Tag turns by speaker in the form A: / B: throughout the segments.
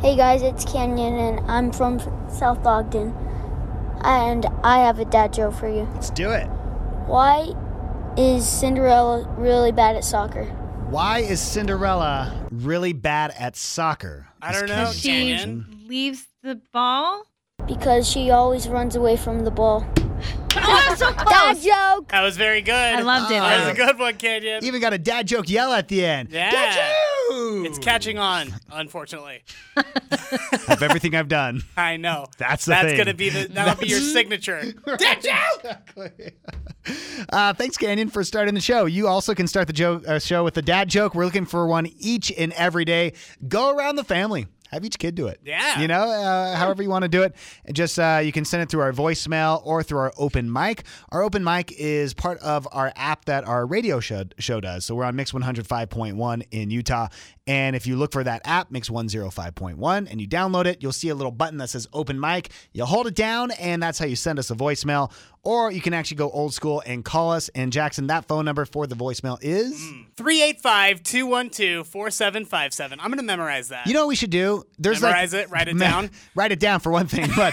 A: Hey guys, it's Canyon and I'm from South Ogden. And I have a dad joke for you.
B: Let's do it.
A: Why is Cinderella really bad at soccer?
B: Why is Cinderella really bad at soccer?
C: I don't know.
D: She
C: Canyon.
D: leaves the ball.
A: Because she always runs away from the ball.
D: Oh,
A: Dad joke!
C: That was very good. I
D: loved it.
C: That was a good one, Canyon.
B: Even got a dad joke yell at the end.
C: Yeah.
B: Dad joke!
C: It's catching on, unfortunately.
B: of everything I've done.
C: I know.
B: That's the
C: That's
B: thing.
C: gonna be the that'll be your signature. Dad joke.
B: Uh, thanks, Canyon, for starting the show. You also can start the joke, uh, show with a dad joke. We're looking for one each and every day. Go around the family. Have each kid do it.
C: Yeah.
B: You know, uh, however you want to do it. And just uh, you can send it through our voicemail or through our open mic. Our open mic is part of our app that our radio show, show does. So we're on Mix 105.1 in Utah. And if you look for that app, Mix 105.1, and you download it, you'll see a little button that says open mic. You hold it down, and that's how you send us a voicemail. Or you can actually go old school and call us. And Jackson, that phone number for the voicemail is.
C: 385-212-4757. I'm gonna memorize that.
B: You know what we should do? There's like-
C: Memorize it, write it
B: Ma-
C: down.
B: Write it down for one thing, but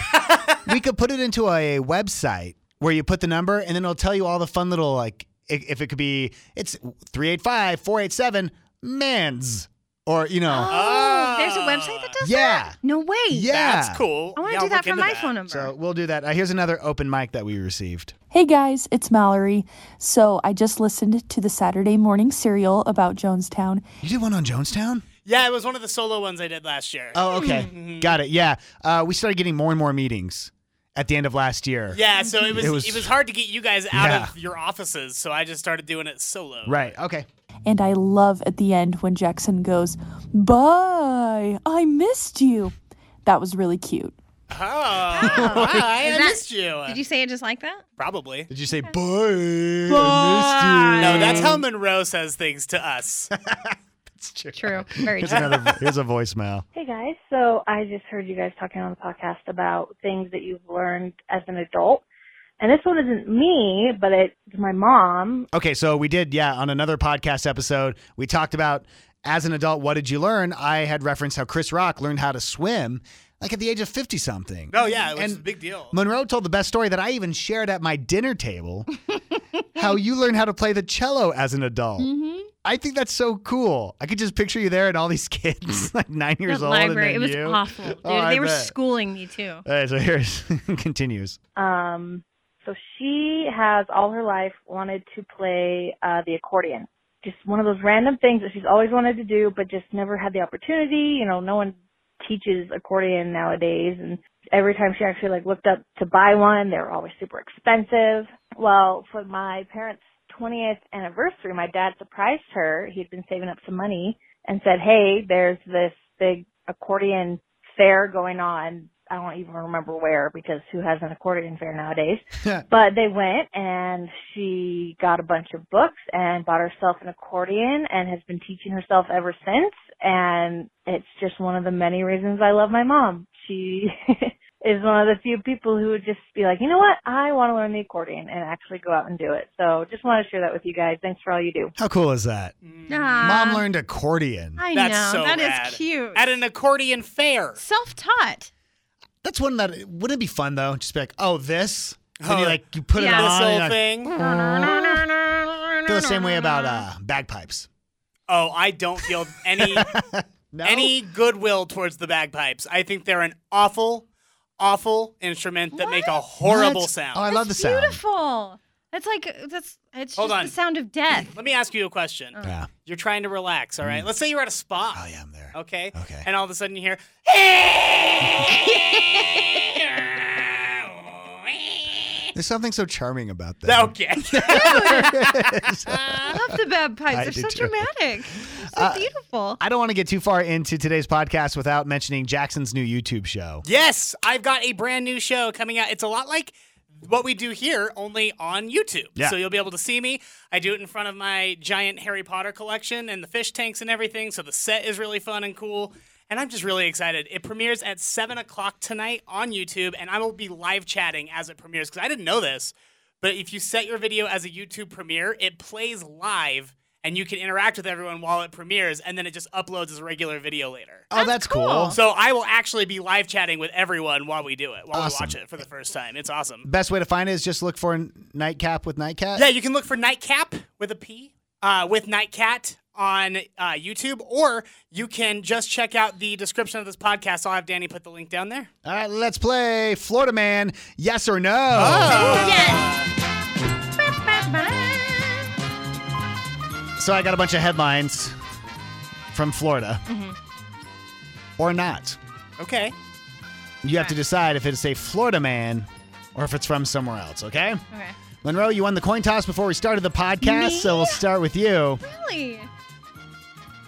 B: we could put it into a website where you put the number and then it'll tell you all the fun little like i- if it could be it's 385 487 mans or you know.
D: Oh, there's a website that does that.
B: yeah.
D: No way.
B: Yeah.
C: That's cool.
D: I want to
C: Yeah,
D: do
C: I'll
D: that
C: look
D: for
C: into
D: my phone number.
B: So we'll do that. Uh, here's another open mic that we received.
E: Hey guys, it's Mallory. So I just listened to the Saturday morning serial about Jonestown.
B: You did one on Jonestown?
C: Yeah, it was one of the solo ones I did last year.
B: Oh, okay.
C: Mm-hmm.
B: Got it. Yeah. Uh, we started getting more and more meetings at the end of last year.
C: Yeah, so it was,
B: It
C: it
B: was-
C: was hard to get you guys out of
B: Yeah.
C: your offices, so I just started doing it solo.
B: Right. Okay.
E: And I love at the end when Jackson goes, Bye, I missed you. That was really cute.
C: Oh, wow, I
D: Oh, Is that-
C: missed you. Uh,
D: Did you say it just like that?
C: Probably.
B: Did you say bye? I missed you.
C: No, that's how Monroe says things to us.
D: True. Very
B: Here's
D: true.
B: another. Here's a voicemail.
F: Hey guys, so I just heard you guys talking on the podcast about things that you've learned as an adult. And this one isn't me, but it's my mom.
B: Okay, so we did, yeah, on another podcast episode, we talked about as an adult, what did you learn? I had referenced how Chris Rock learned how to swim like at the age of 50 something.
D: Oh,
C: No, yeah, it was
B: And
C: a big deal.
B: Monroe told the best story that I even shared at my dinner table how you learned how to play the cello as an adult.
D: Mm-hmm.
B: I think that's so cool. I could just picture you there and all these kids, like nine years
D: That
B: old.
D: library.
B: and then
D: It was
B: you.
D: awful. Dude,
B: Oh, I
D: they were
B: bet.
D: schooling me too.
B: All right, so here's continues.
F: Um, so she has all her life wanted to play uh, the accordion. Just one of those random things that she's always wanted to do, but just never had the opportunity. You know, no one teaches accordion nowadays, and every time she actually like looked up to buy one, they were always super expensive. Well, for my parents' 20th anniversary, my dad surprised her. He'd been saving up some money and said, "Hey, there's this big accordion fair going on. I don't even remember where because who has an accordion fair nowadays? but they went and she got a bunch of books and bought herself an accordion and has been teaching herself ever since. And it's just one of the many reasons I love my mom. She is one of the few people who would just be like, you know what? I want to learn the accordion and actually go out and do it. So just want to share that with you guys. Thanks for all you do.
B: How cool is that? Mom
D: Aw,
B: learned accordion.
D: I
C: That's
D: know.
C: so
D: That is
C: rad.
D: cute.
C: At an accordion fair.
D: Self-taught.
B: That's one that wouldn't it be fun though? Just be like, oh, this. And
C: Oh,
B: you like you put
D: yeah.
B: it
C: This
B: on. and
C: whole
B: you're like,
C: thing.
B: Feel the same way about uh, bagpipes.
C: Oh, I don't feel any any goodwill towards the bagpipes. I think they're an awful, awful instrument that make a horrible
B: What?
C: sound.
B: Oh, I love the sound.
D: Beautiful. That's like that's it's
C: Hold
D: just
C: on.
D: the sound of death.
C: Let me ask you a question.
B: Yeah.
C: You're trying to relax, all right? Let's say you're at a spa. Oh, yeah,
B: I'm there.
C: Okay.
B: Okay.
C: And all of a sudden you hear,
B: There's something so charming about that.
C: okay.
D: I love the bagpipes.
B: I
D: They're
B: do
D: so
B: too.
D: dramatic. They're so beautiful.
B: I don't want to get too far into today's podcast without mentioning Jackson's new YouTube show.
C: yes, I've got a brand new show coming out. It's a lot like what we do here, only on YouTube.
B: Yeah.
C: So you'll be able to see me. I do it in front of my giant Harry Potter collection and the fish tanks and everything. So the set is really fun and cool. And I'm just really excited. It premieres at 7 o'clock tonight on YouTube, and I will be live chatting as it premieres because I didn't know this. But if you set your video as a YouTube premiere, it plays live and you can interact with everyone while it premieres, and then it just uploads as a regular video later.
B: Oh, that's cool.
C: So I will actually be live chatting with everyone while we do it, while
B: Awesome.
C: we watch it for the first time. It's awesome.
B: Best way to find it is just look for Nightcap with Nightcat.
C: Yeah, you can look for Nightcap with a P, uh, with Nightcat on uh, YouTube, or you can just check out the description of this podcast. I'll have Danny put the link down there.
B: All right, let's play Florida Man. Yes or no?
C: Oh.
B: So I got a bunch of headlines from Florida. Or not.
C: Okay.
B: You have to decide if it's a Florida man or if it's from somewhere else, okay?
D: Okay.
B: Monroe, you won the coin toss before we started the podcast, so we'll start with you.
D: Really?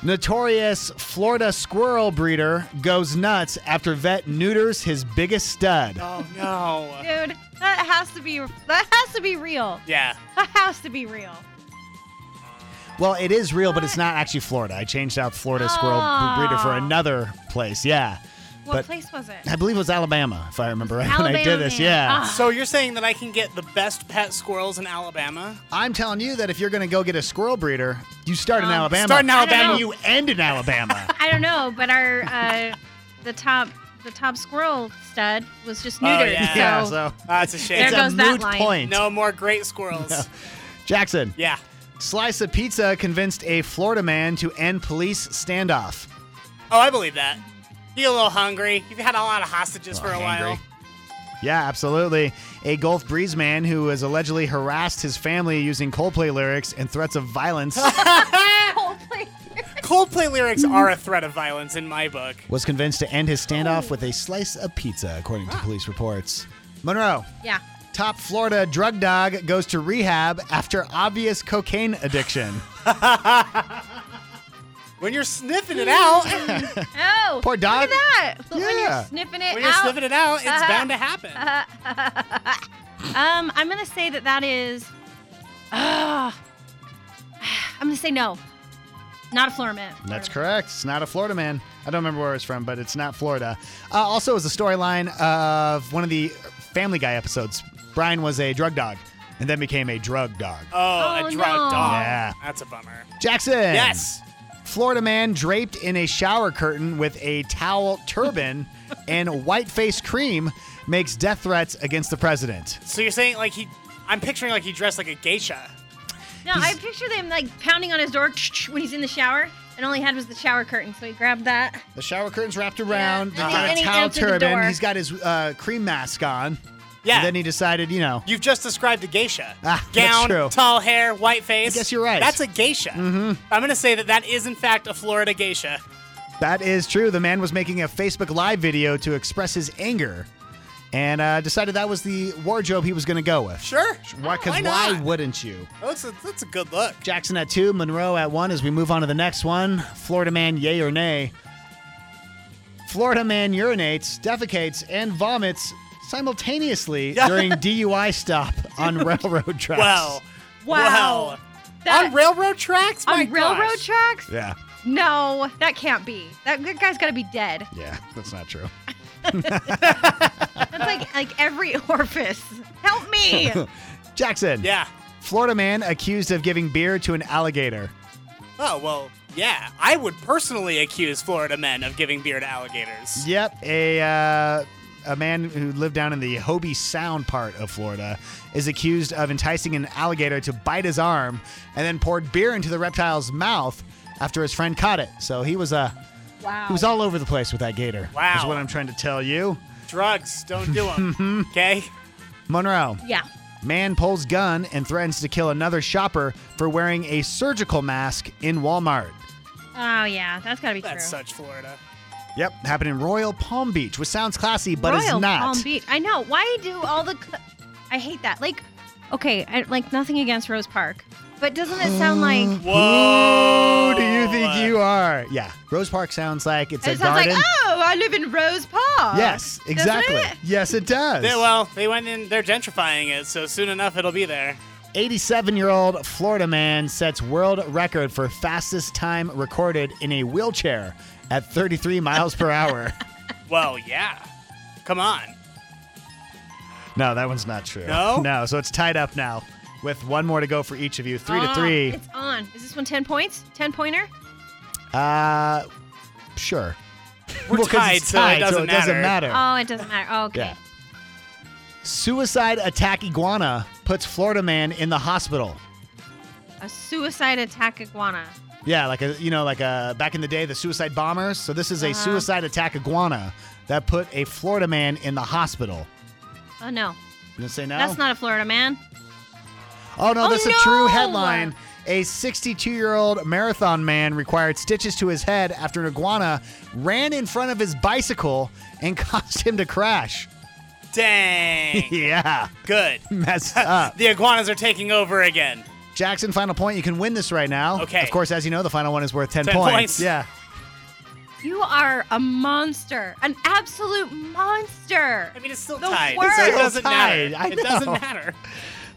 B: Notorious Florida squirrel breeder goes nuts after vet neuters his biggest stud.
C: Oh no.
D: Dude, that has to be that has to be real.
C: yeah.
D: That has to be real.
B: Well, it is real, but it's not actually Florida. I changed out Florida squirrel b- breeder for
D: Oh.
B: another place. Yeah.
D: What
B: but
D: place was it?
B: I believe it was Alabama, if I remember right when I did
D: Alabama
B: this.
D: man.
B: Yeah.
D: Ah.
C: So you're saying that I can get the best pet squirrels in Alabama?
B: I'm telling you that if you're going to go get a squirrel breeder, you start in Alabama.
C: Start in
D: Um, I don't
C: Alabama.
D: know.
B: You end in Alabama.
D: I don't know, but our uh, the top the top squirrel stud was just
C: Oh,
D: neutered.
C: yeah.
D: So,
B: yeah, so
C: That's Uh, a shame.
D: There
B: it's
D: goes
B: a
D: that
B: moot
D: line.
B: point.
C: No more great squirrels.
B: Jackson,
C: Yeah.
B: slice of pizza convinced a Florida man to end police standoff.
C: Oh, I believe that. You a little hungry. You've had a lot of hostages for a while.
B: Yeah, absolutely. A Gulf Breeze man who has allegedly harassed his family using Coldplay lyrics and threats of violence
C: Coldplay lyrics are a threat of violence in my book.
B: was convinced to end his standoff with
C: Oh.
B: a slice of pizza, according
C: Ah.
B: to police reports. Monroe,
D: yeah.
B: top Florida drug dog goes to rehab after obvious cocaine addiction.
C: When you're sniffing it out,
D: Oh,
B: Poor dog.
D: Look at that. When
B: Yeah.
D: you're sniffing it
C: when you're
D: out.
C: sniffing it out, it's
D: Uh-huh.
C: bound to happen.
D: um, I'm gonna say that that is. Ah. I'm gonna say no. Not a floor man.
B: That's correct. It's not a Florida man. I don't remember where it's from, but it's not Florida. Uh, also, is the storyline of one of the Family Guy episodes. Brian was a drug dog and then became a drug dog.
C: Oh,
D: Oh,
C: a drug
D: no.
C: dog.
B: Yeah.
C: That's a bummer.
B: Jackson.
C: Yes.
B: Florida man draped in a shower curtain with a towel turban and white face cream makes death threats against the president.
C: So you're saying like he? I'm picturing like he dressed like a geisha.
D: No, I picture them like pounding on his door when he's in the shower, and all he had was the shower curtain, so he grabbed that.
B: The shower curtain's wrapped around.
D: Yeah, and
B: he's got
D: he- and
B: a
D: he
B: towel
D: answered the
B: turban.
D: door.
B: He's got his uh, cream mask on.
C: Yeah.
B: And then he decided, you know,
C: You've just described a geisha.
B: Ah, that's
C: Gown,
B: true.
C: tall hair, white face.
B: I guess you're right.
C: That's a geisha. Mm-hmm. I'm gonna say that that is in fact a Florida geisha.
B: That is true. The man was making a Facebook Live video to express his anger and uh, decided that was the wardrobe he was going to go with.
C: Sure.
B: Why, cause
C: Why
B: why
C: not?
B: wouldn't you?
C: That's a, that's a good look.
B: Jackson at two, Monroe at one as we move on to the next one. Florida man, yay or nay? Florida man urinates, defecates, and vomits simultaneously
C: Yeah.
B: during DUI stop on railroad tracks.
C: Well.
D: Wow.
C: Well.
D: That-
C: on railroad tracks. My
D: on railroad
C: gosh.
D: tracks?
B: Yeah,
D: No, that can't be. That, that guy's got to be dead.
B: yeah, that's not true.
D: That's like like every orifice. Help me.
B: Jackson.
C: Yeah.
B: Florida man accused of giving beer to an alligator.
C: Oh well. Yeah. I would personally accuse Florida men of giving beer to alligators.
B: Yep, a uh, a man who lived down in the Hobie Sound part of Florida is accused of enticing an alligator to bite his arm, and then poured beer into the reptile's mouth after his friend caught it. So he was a
D: Wow.
B: He was all over the place with that gator.
C: Wow.
B: Is what I'm trying to tell you.
C: Drugs, don't do them. Okay?
B: Monroe.
D: Yeah.
B: Man pulls gun and threatens to kill another shopper for wearing a surgical mask in Walmart.
D: Oh yeah, that's gotta be
C: That's
D: true.
C: such Florida.
B: Yep, happened in Royal Palm Beach, which sounds classy but
D: Royal
B: is not.
D: Palm Beach. I know. Why do all the? Cl- I hate that. Like, okay, I, like nothing against Rose Park, but doesn't it sound like?
C: Whoa.
B: Who do you think you are? Yeah, Rose Park sounds like it's
D: It
B: a
D: sounds like,
B: garden.
D: oh, I live in Rose Park.
B: yes,
D: Doesn't
B: exactly.
D: it?
B: Yes, it does.
C: They, well, they went in, they're gentrifying it, so soon enough it'll be there.
B: 87 year old Florida man sets world record for fastest time recorded in a wheelchair at 33 miles per hour.
C: Well, yeah. Come on.
B: No, that one's not true.
C: No?
B: No, so it's tied up now with one more to go for each of you. Three to
D: Ah,
B: three.
D: It's on. Is this one 10 points? 10 pointer?
B: Uh, sure.
C: We're
B: 'cause
C: tied,
B: it's
C: so it
B: so
C: doesn't
B: it doesn't
C: matter.
B: matter.
D: Oh, it doesn't matter. Oh, okay.
B: Yeah. Suicide attack iguana puts Florida man in the hospital.
D: A suicide attack iguana.
B: Yeah, like a you know like a back in the day the suicide bombers. So this
D: Uh-huh.
B: is a suicide attack iguana that put a Florida man in the hospital.
D: Oh, no.
B: You gonna say no?
D: That's not a Florida man.
B: Oh no,
D: Oh,
B: that's a true
D: no!
B: headline. A 62-year-old marathon man required stitches to his head after an iguana ran in front of his bicycle and caused him to crash.
C: Dang.
B: yeah,
C: Good.
B: messed up.
C: The iguanas are taking over again.
B: Jackson, final point. You can win this right now.
C: Okay.
B: Of course, as you know, the final one is worth 10,
C: 10
B: points.
C: points.
B: Yeah.
D: You are a monster. An absolute monster.
C: I mean, it's still
D: The
C: tied.
D: worst.
C: So it
D: It's still
C: doesn't
B: tied.
C: matter.
B: I
C: it doesn't
B: know.
C: matter.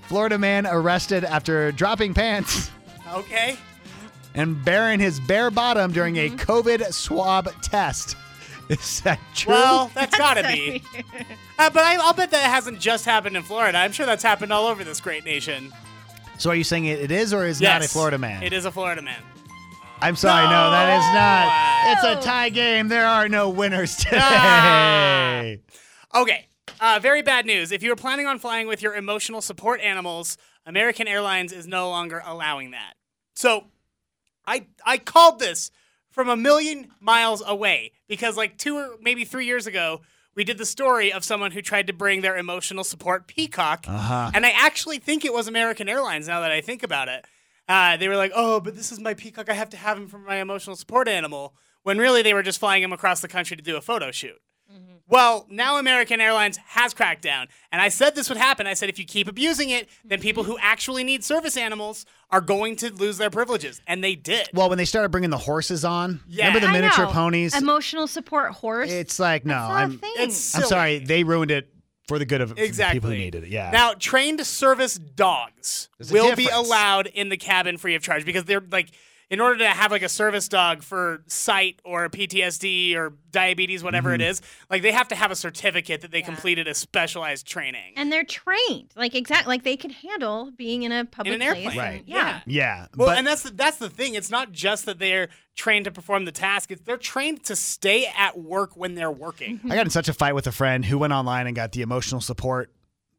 B: Florida man arrested after dropping pants
C: Okay.
B: and bearing his bare bottom during
C: Mm-hmm.
B: a COVID swab test. Is that true?
C: Well, that's gotta
D: So
C: be.
D: weird.
C: Uh, but I, I'll bet that hasn't just happened in Florida. I'm sure that's happened all over this great nation.
B: so are you saying it, it is or is not a Florida man?
C: It is a Florida man.
B: I'm sorry, no, that is not.
D: No!
B: It's a tie game. There are no winners today.
C: Ah! Okay. Uh, very bad news. If you were planning on flying with your emotional support animals, American Airlines is no longer allowing that. So, I I called this from a million miles away because like two or maybe three years ago we did the story of someone who tried to bring their emotional support peacock, and I actually think it was American Airlines. Now that I think about it, uh, they were like, "Oh, but this is my peacock. I have to have him for my emotional support animal." When really they were just flying him across the country to do a photo shoot. Well, now American Airlines has cracked down. And I said this would happen. I said if you keep abusing it, then people who actually need service animals are going to lose their privileges. And they did.
B: Well, when they started bringing the horses on,
C: Yeah.
B: remember the
D: I
B: miniature
D: know.
B: ponies?
D: Emotional support horse.
B: it's like, no,
D: That's not a
B: I'm,
D: thing.
C: it's
B: I'm
C: silly.
B: sorry. They ruined it for the good of
C: Exactly.
B: people who needed it. Yeah.
C: Now, trained service dogs
B: There's a
C: will be
B: difference.
C: allowed in the cabin free of charge because they're like, in order to have like a service dog for sight or PTSD or diabetes, whatever
B: Mm-hmm.
C: it is, like they have to have a certificate that they completed a specialized training.
D: and they're trained. Like, exactly. Like, they can handle being in a public
C: an
D: place.
C: airplane.
D: and-
C: Right.
D: Yeah.
B: yeah.
C: Well,
B: but
C: and that's the, that's the thing. It's not just that they're trained to perform the task. It's they're trained to stay at work when they're working.
B: I got in such a fight with a friend who went online and got the emotional support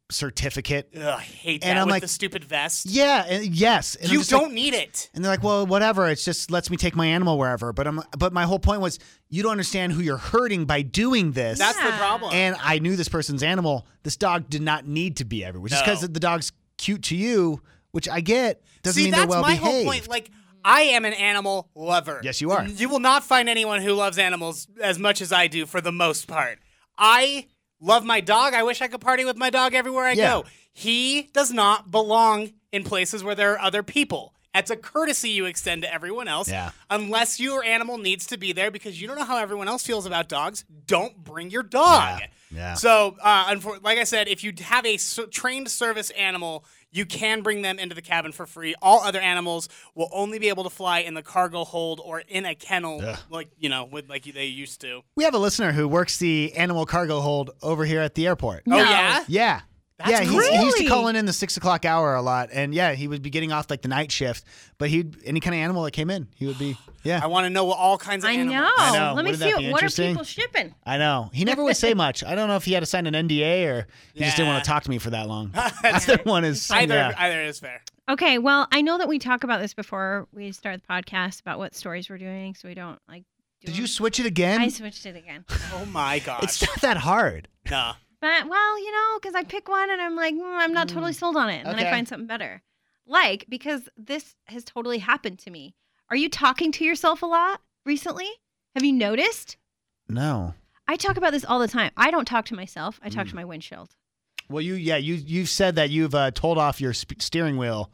B: certificate.
C: Ugh, I hate that
B: And I'm
C: with
B: like-
C: the stupid vest.
B: Yeah. And yes. And I'm
C: you
B: just like-
C: don't need it.
B: and they're like, well, whatever. It's just lets me take my animal wherever. But I'm. But my whole point was, you don't understand who you're hurting by doing this.
C: That's the
D: Yeah.
C: problem.
B: and I knew this person's animal. This dog did not need to be everywhere. Just
C: No.
B: because the dog's cute to you, which I get, doesn't
C: See,
B: mean
C: that's
B: they're well
C: my
B: behaved.
C: whole point. Like, I am an animal lover.
B: Yes, you are.
C: You will not find anyone who loves animals as much as I do, for the most part. I love my dog. I wish I could party with my dog everywhere I
B: Yeah.
C: go. He does not belong in places where there are other people. That's a courtesy you extend to everyone else.
B: Yeah.
C: Unless your animal needs to be there because you don't know how everyone else feels about dogs, don't bring your dog.
B: yeah.
C: So, uh, unfor- like I said, if you have a s- trained service animal, you can bring them into the cabin for free. All other animals will only be able to fly in the cargo hold or in a kennel, like you know, with like they used to.
B: we have a listener who works the animal cargo hold over here at the airport.
C: Oh yeah,
B: Yeah. yeah, he's, he used to
D: Really?
B: call in in the six o'clock hour a lot, and yeah, he would be getting off like the night shift. But he would any kind of animal that came in, he would be yeah.
C: I want to know what all kinds of
D: I
C: animals.
D: know.
B: I know.
D: Let me
B: Wouldn't
D: see
B: that be
D: what are
B: interesting?
D: people shipping.
B: I know. He never would say much. I don't know if he had to sign an NDA or he just didn't
C: Yeah.
B: want to talk to me for that long. Either one is
C: Either
B: yeah.
C: either is fair.
D: Okay, well, I know that we talk about this before we start the podcast about what stories we're doing, so we don't like
B: Did you switch it again?
D: I switched it again.
C: Oh my gosh.
B: It's not that hard.
C: Nah.
D: But well, you know, because I pick one and I'm like, mm, I'm not totally sold on it, and then
B: Okay.
D: I find something better. Like because this has totally happened to me. Are you talking to yourself a lot recently? Have you noticed?
B: No.
D: I talk about this all the time. I don't talk to myself. I
B: Mm.
D: talk to my windshield.
B: Well, you yeah you you've said that you've uh, told off your sp- steering wheel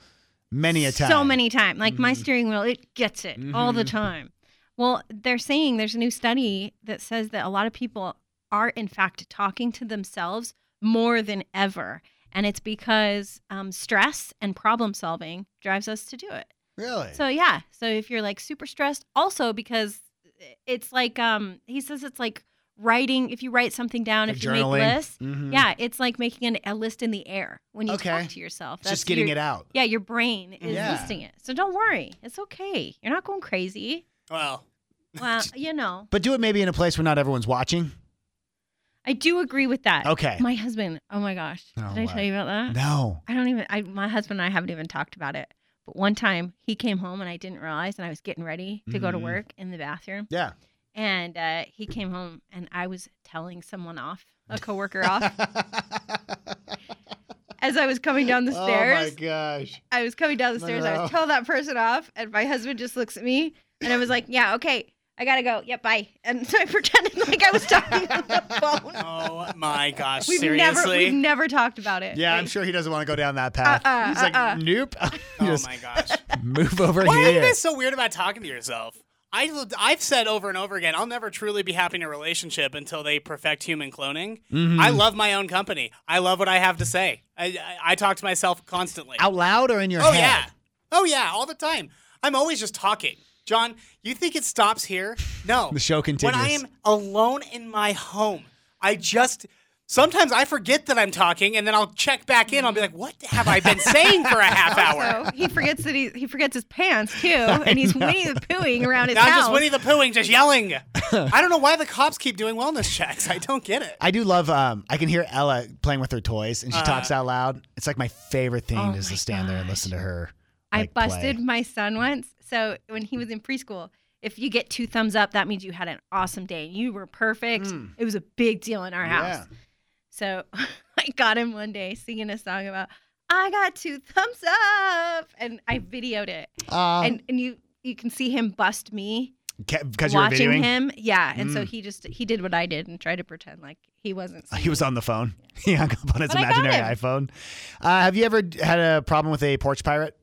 B: many a time. Mm-hmm.
D: So many times. Like my steering wheel, it gets it all the time. Well, they're saying there's a new study that says that a lot of people are, in fact, talking to themselves more than ever. And it's because um, stress and problem solving drives us to do it.
B: Really?
D: So, yeah. So, if you're like super stressed, also because it's like, um, he says it's like writing, if you write something down,
B: Like
D: if you
B: journaling?
D: make lists,
B: Mhm.
D: yeah, it's like making an, a list in the air when you
B: Okay.
D: talk to yourself.
B: It's just getting
D: your-
B: it out.
D: yeah, your brain is
B: Yeah.
D: listing it. So don't worry. It's okay. You're not going crazy.
C: Well,
D: Well, you know,
B: But do it maybe in a place where not everyone's watching.
D: I do agree with that.
B: Okay.
D: My husband, oh my gosh.
B: Oh,
D: Did I
B: what?
D: tell you about that?
B: No.
D: I don't even, I, my husband and I haven't even talked about it. But one time he came home and I didn't realize and I was getting ready to go to
B: Mhm.
D: work in the bathroom.
B: Yeah.
D: And uh, he came home and I was telling someone off, a coworker off, as I was coming down the
B: Oh my
D: stairs.
B: gosh.
D: I was coming down the stairs. I
B: Monroe.
D: was telling that person off, and my husband just looks at me, and I was like, "Yeah, okay, I gotta go. Yep, bye." And so I pretended like I was talking on the phone.
C: oh my gosh.
D: We've never,
C: seriously?
D: we've never talked about it.
B: Yeah, I'm
D: Like,
B: sure he doesn't want to go down that path.
D: Uh-uh,
B: He's like,
D: uh-uh.
B: nope.
C: oh
B: Just
C: my gosh.
B: move over
C: Why are you
B: here.
C: guys so weird about talking to yourself? I, I've said over and over again, I'll never truly be happy in a relationship until they perfect human cloning.
B: Mm-hmm.
C: I love my own company. I love what I have to say. I, I, I talk to myself constantly.
B: Out loud or in your
C: oh,
B: head?
C: yeah. Oh, yeah, all the time. I'm always just talking. John, you think it stops here? No.
B: The show
C: When I
B: continues.
C: am alone in my home, I just. Sometimes I forget that I'm talking, and then I'll check back in. I'll be like, "What have I been saying for a half hour?"
D: So he forgets that he he forgets his pants too, and he's Winnie the Poohing around his
C: Now I'm
D: house.
C: just Winnie the Poohing, just yelling. I don't know why the cops keep doing wellness checks. I don't get it.
B: I do love. Um, I can hear Ella playing with her toys, and she talks out loud. It's like my favorite thing
D: Oh
B: is to
D: my
B: stand there and listen to her.
D: I
B: like, play.
D: busted my son once. So when he was in preschool, if you get two thumbs up, that means you had an awesome day. You were perfect.
B: Hmm.
D: It was a big deal in our house. So I got him one day singing a song about I got two thumbs up, and I videoed it,
B: Uh,
D: and and you you can see him bust me
B: because you were
D: watching
B: videoing, Mm.
D: him. Yeah, and so he just he did what I did and tried to pretend like he wasn't.
B: he was on the phone. He hung up on his
D: But I got
B: imaginary
D: him.
B: iPhone. Uh, have you ever d- had a problem with a porch pirate?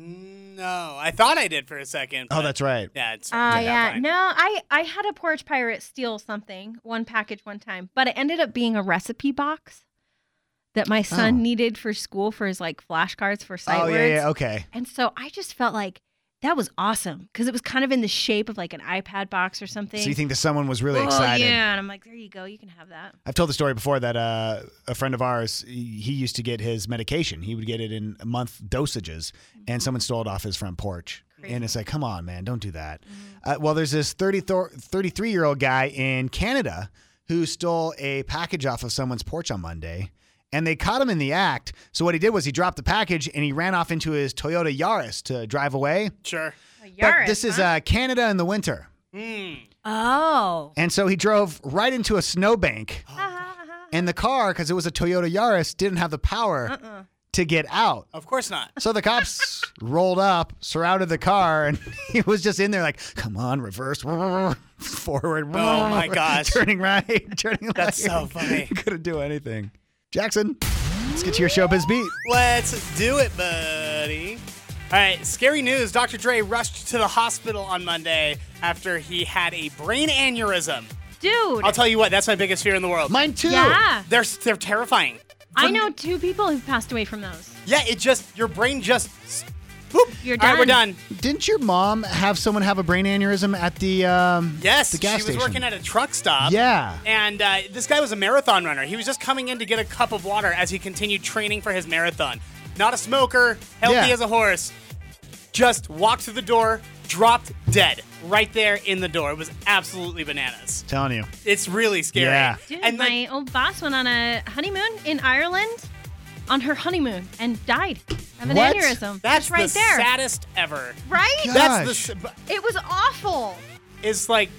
C: No, I thought I did for a second.
B: Oh,
C: but-
B: that's right.
C: yeah. It's,
D: Oh yeah, no, I I had a porch pirate steal something, one package one time, but it ended up being a recipe box that my son
B: Oh.
D: needed for school for his like flashcards for sight
B: Oh
D: words.
B: yeah, yeah. Okay.
D: And so I just felt like that was awesome because it was kind of in the shape of like an iPad box or something.
B: So you think that someone was really
D: oh,
B: excited?
D: Yeah, and I'm like, there you go, you can have that.
B: I've told the story before that uh, a friend of ours, he he used to get his medication. He would get it in a month dosages, and someone stole it off his front porch. And it's like, come on, man, don't do that. Uh, well, there's this 30 thor- 33 year old guy in Canada who stole a package off of someone's porch on Monday. And they caught him in the act. So what he did was he dropped the package and he ran off into his Toyota Yaris to drive away.
C: Sure.
D: A
B: but this is uh, Canada in the winter.
C: Mm.
D: oh.
B: And so he drove right into a snowbank.
C: Uh-huh,
B: And the car, because it was a Toyota Yaris, didn't have the power
C: Uh-uh.
B: to get out.
C: Of course not.
B: So the cops rolled up, surrounded the car, and he was just in there like, come on, reverse, forward.
C: Oh, my gosh.
B: Turning right, turning left.
C: That's so funny.
B: Couldn't do anything. Jackson, let's get to your showbiz beat.
C: Let's do it, buddy. All right, scary news. Dr. Dre rushed to the hospital on Monday after he had a brain aneurysm.
D: Dude.
C: I'll tell you what, that's my biggest fear in the world.
B: Mine too.
D: yeah.
C: They're, they're terrifying.
D: I know two people who've passed away from those.
C: Yeah, it just, your brain just, boop.
D: You're
C: All right, we're
D: done.
C: done.
B: Didn't your mom have someone have a brain aneurysm at the um,
C: Yes,
B: the gas
C: she was
B: station?
C: working at a truck stop.
B: Yeah.
C: And uh, this guy was a marathon runner. He was just coming in to get a cup of water as he continued training for his marathon. Not a smoker, healthy
B: Yeah.
C: as a horse. Just walked through the door, dropped dead right there in the door. It was absolutely bananas.
B: Telling you.
C: It's really scary.
B: Yeah.
D: Dude,
C: and
D: my
C: like,
D: old boss went on a honeymoon in Ireland on her honeymoon and died of an
B: What?
D: aneurysm.
C: that's
D: Just right
C: the
D: there.
C: saddest ever.
B: Oh
D: right?
B: God.
C: That's the
B: Gosh.
C: s-
D: It was awful.
C: is like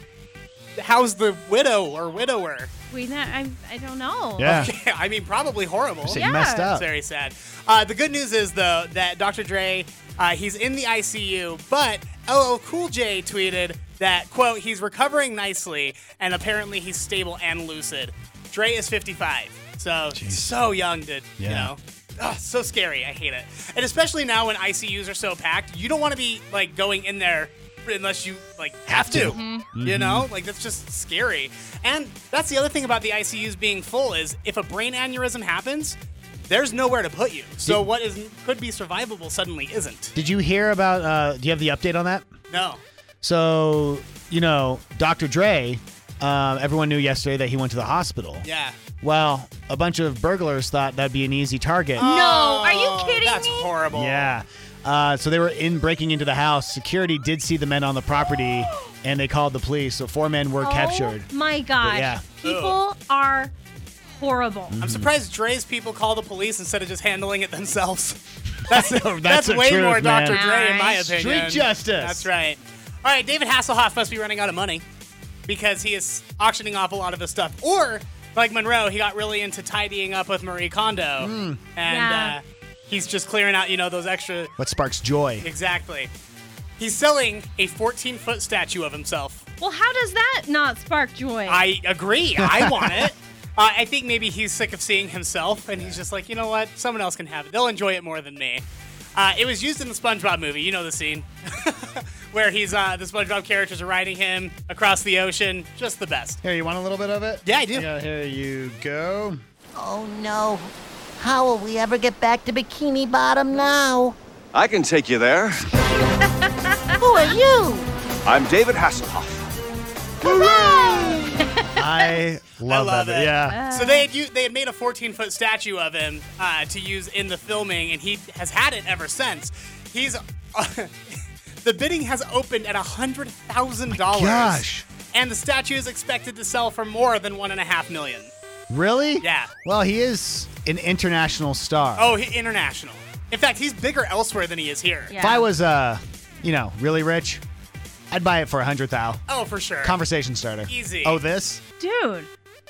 C: how's the widow or widower?
D: We not, I, I don't know.
C: Okay, I mean, probably horrible.
B: It's Yeah. messed up.
C: It's very sad. Uh, the good news is, though, that Dr. Dre, uh, he's in the ICU, but LL Cool J tweeted that, quote, he's recovering nicely, and apparently he's stable and lucid. Dre is 55, so so young to, you
B: Yeah.
C: know. Ugh, so scary. I hate it. And especially now when ICUs are so packed, you don't want to be like going in there unless you like have to. Mm-hmm.
G: Mhm.
D: Mm-hmm.
C: You
G: Mhm.
C: know? Like that's just scary. And that's the other thing about the ICUs being full is if a brain aneurysm happens, there's nowhere to put you. So what is could be survivable suddenly isn't.
B: Did you hear about? Uh, do you have the update on that?
C: No.
B: So you know, Dr. Dre. Um, everyone knew yesterday that he went to the hospital.
C: Yeah.
B: Well, a bunch of burglars thought that'd be an easy target.
C: Oh.
D: No, Oh, are you kidding
C: That's horrible.
B: Yeah. Uh, so they were in breaking into the house. Security did see the men on the property, and they called the police. So four men were captured.
D: Oh my gosh.
B: Yeah. Mm-hmm.
D: People are horrible.
B: Hmm.
C: I'm surprised Dre's people call the police instead of just handling it themselves. That's that's,
B: the
C: way
B: truth,
C: more
B: man.
C: Dr. Dre in my
B: Nice.
C: opinion.
B: Street justice.
C: That's right. All right, David Hasselhoff must be running out of money because he is auctioning off a lot of his stuff. Or like Monroe, he got really into tidying up with Marie Kondo,
B: Hmm.
C: and
D: Yeah.
C: uh, he's just clearing out you know those extra.
B: What sparks joy?
C: Exactly. He's selling a 14 foot statue of himself.
D: Well, how does that not spark joy?
C: I agree. I want it. Uh, I think maybe he's sick of seeing himself, and he's just like, you know what? Someone else can have it. They'll enjoy it more than me. Uh, it was used in the SpongeBob movie. You know the scene where he's uh, the SpongeBob characters are riding him across the ocean. Just the best.
B: Here, you want a little bit of it?
C: Yeah, I do.
B: Yeah, here you go.
H: Oh no. How will we ever get back to Bikini Bottom now?
I: I can take you there.
H: Who are you?
I: I'm David Hasselhoff.
B: I love,
C: love
B: it. Yeah.
C: So they had u- they had made a 14 foot statue of him uh, to use in the filming, and he has had it ever since. He's the bidding has opened at hundred thousand dollars.
B: gosh.
C: And the statue is expected to sell for more than one and a half million.
B: Really?
C: Yeah.
B: Well, he is an international star.
C: Oh, he, international. In fact, he's bigger elsewhere than he is here.
B: If I was, uh, you know, really rich, I'd buy it for a hundred thou.
C: Oh, for sure.
B: Conversation starter.
C: Easy.
B: Oh, this?
D: Dude,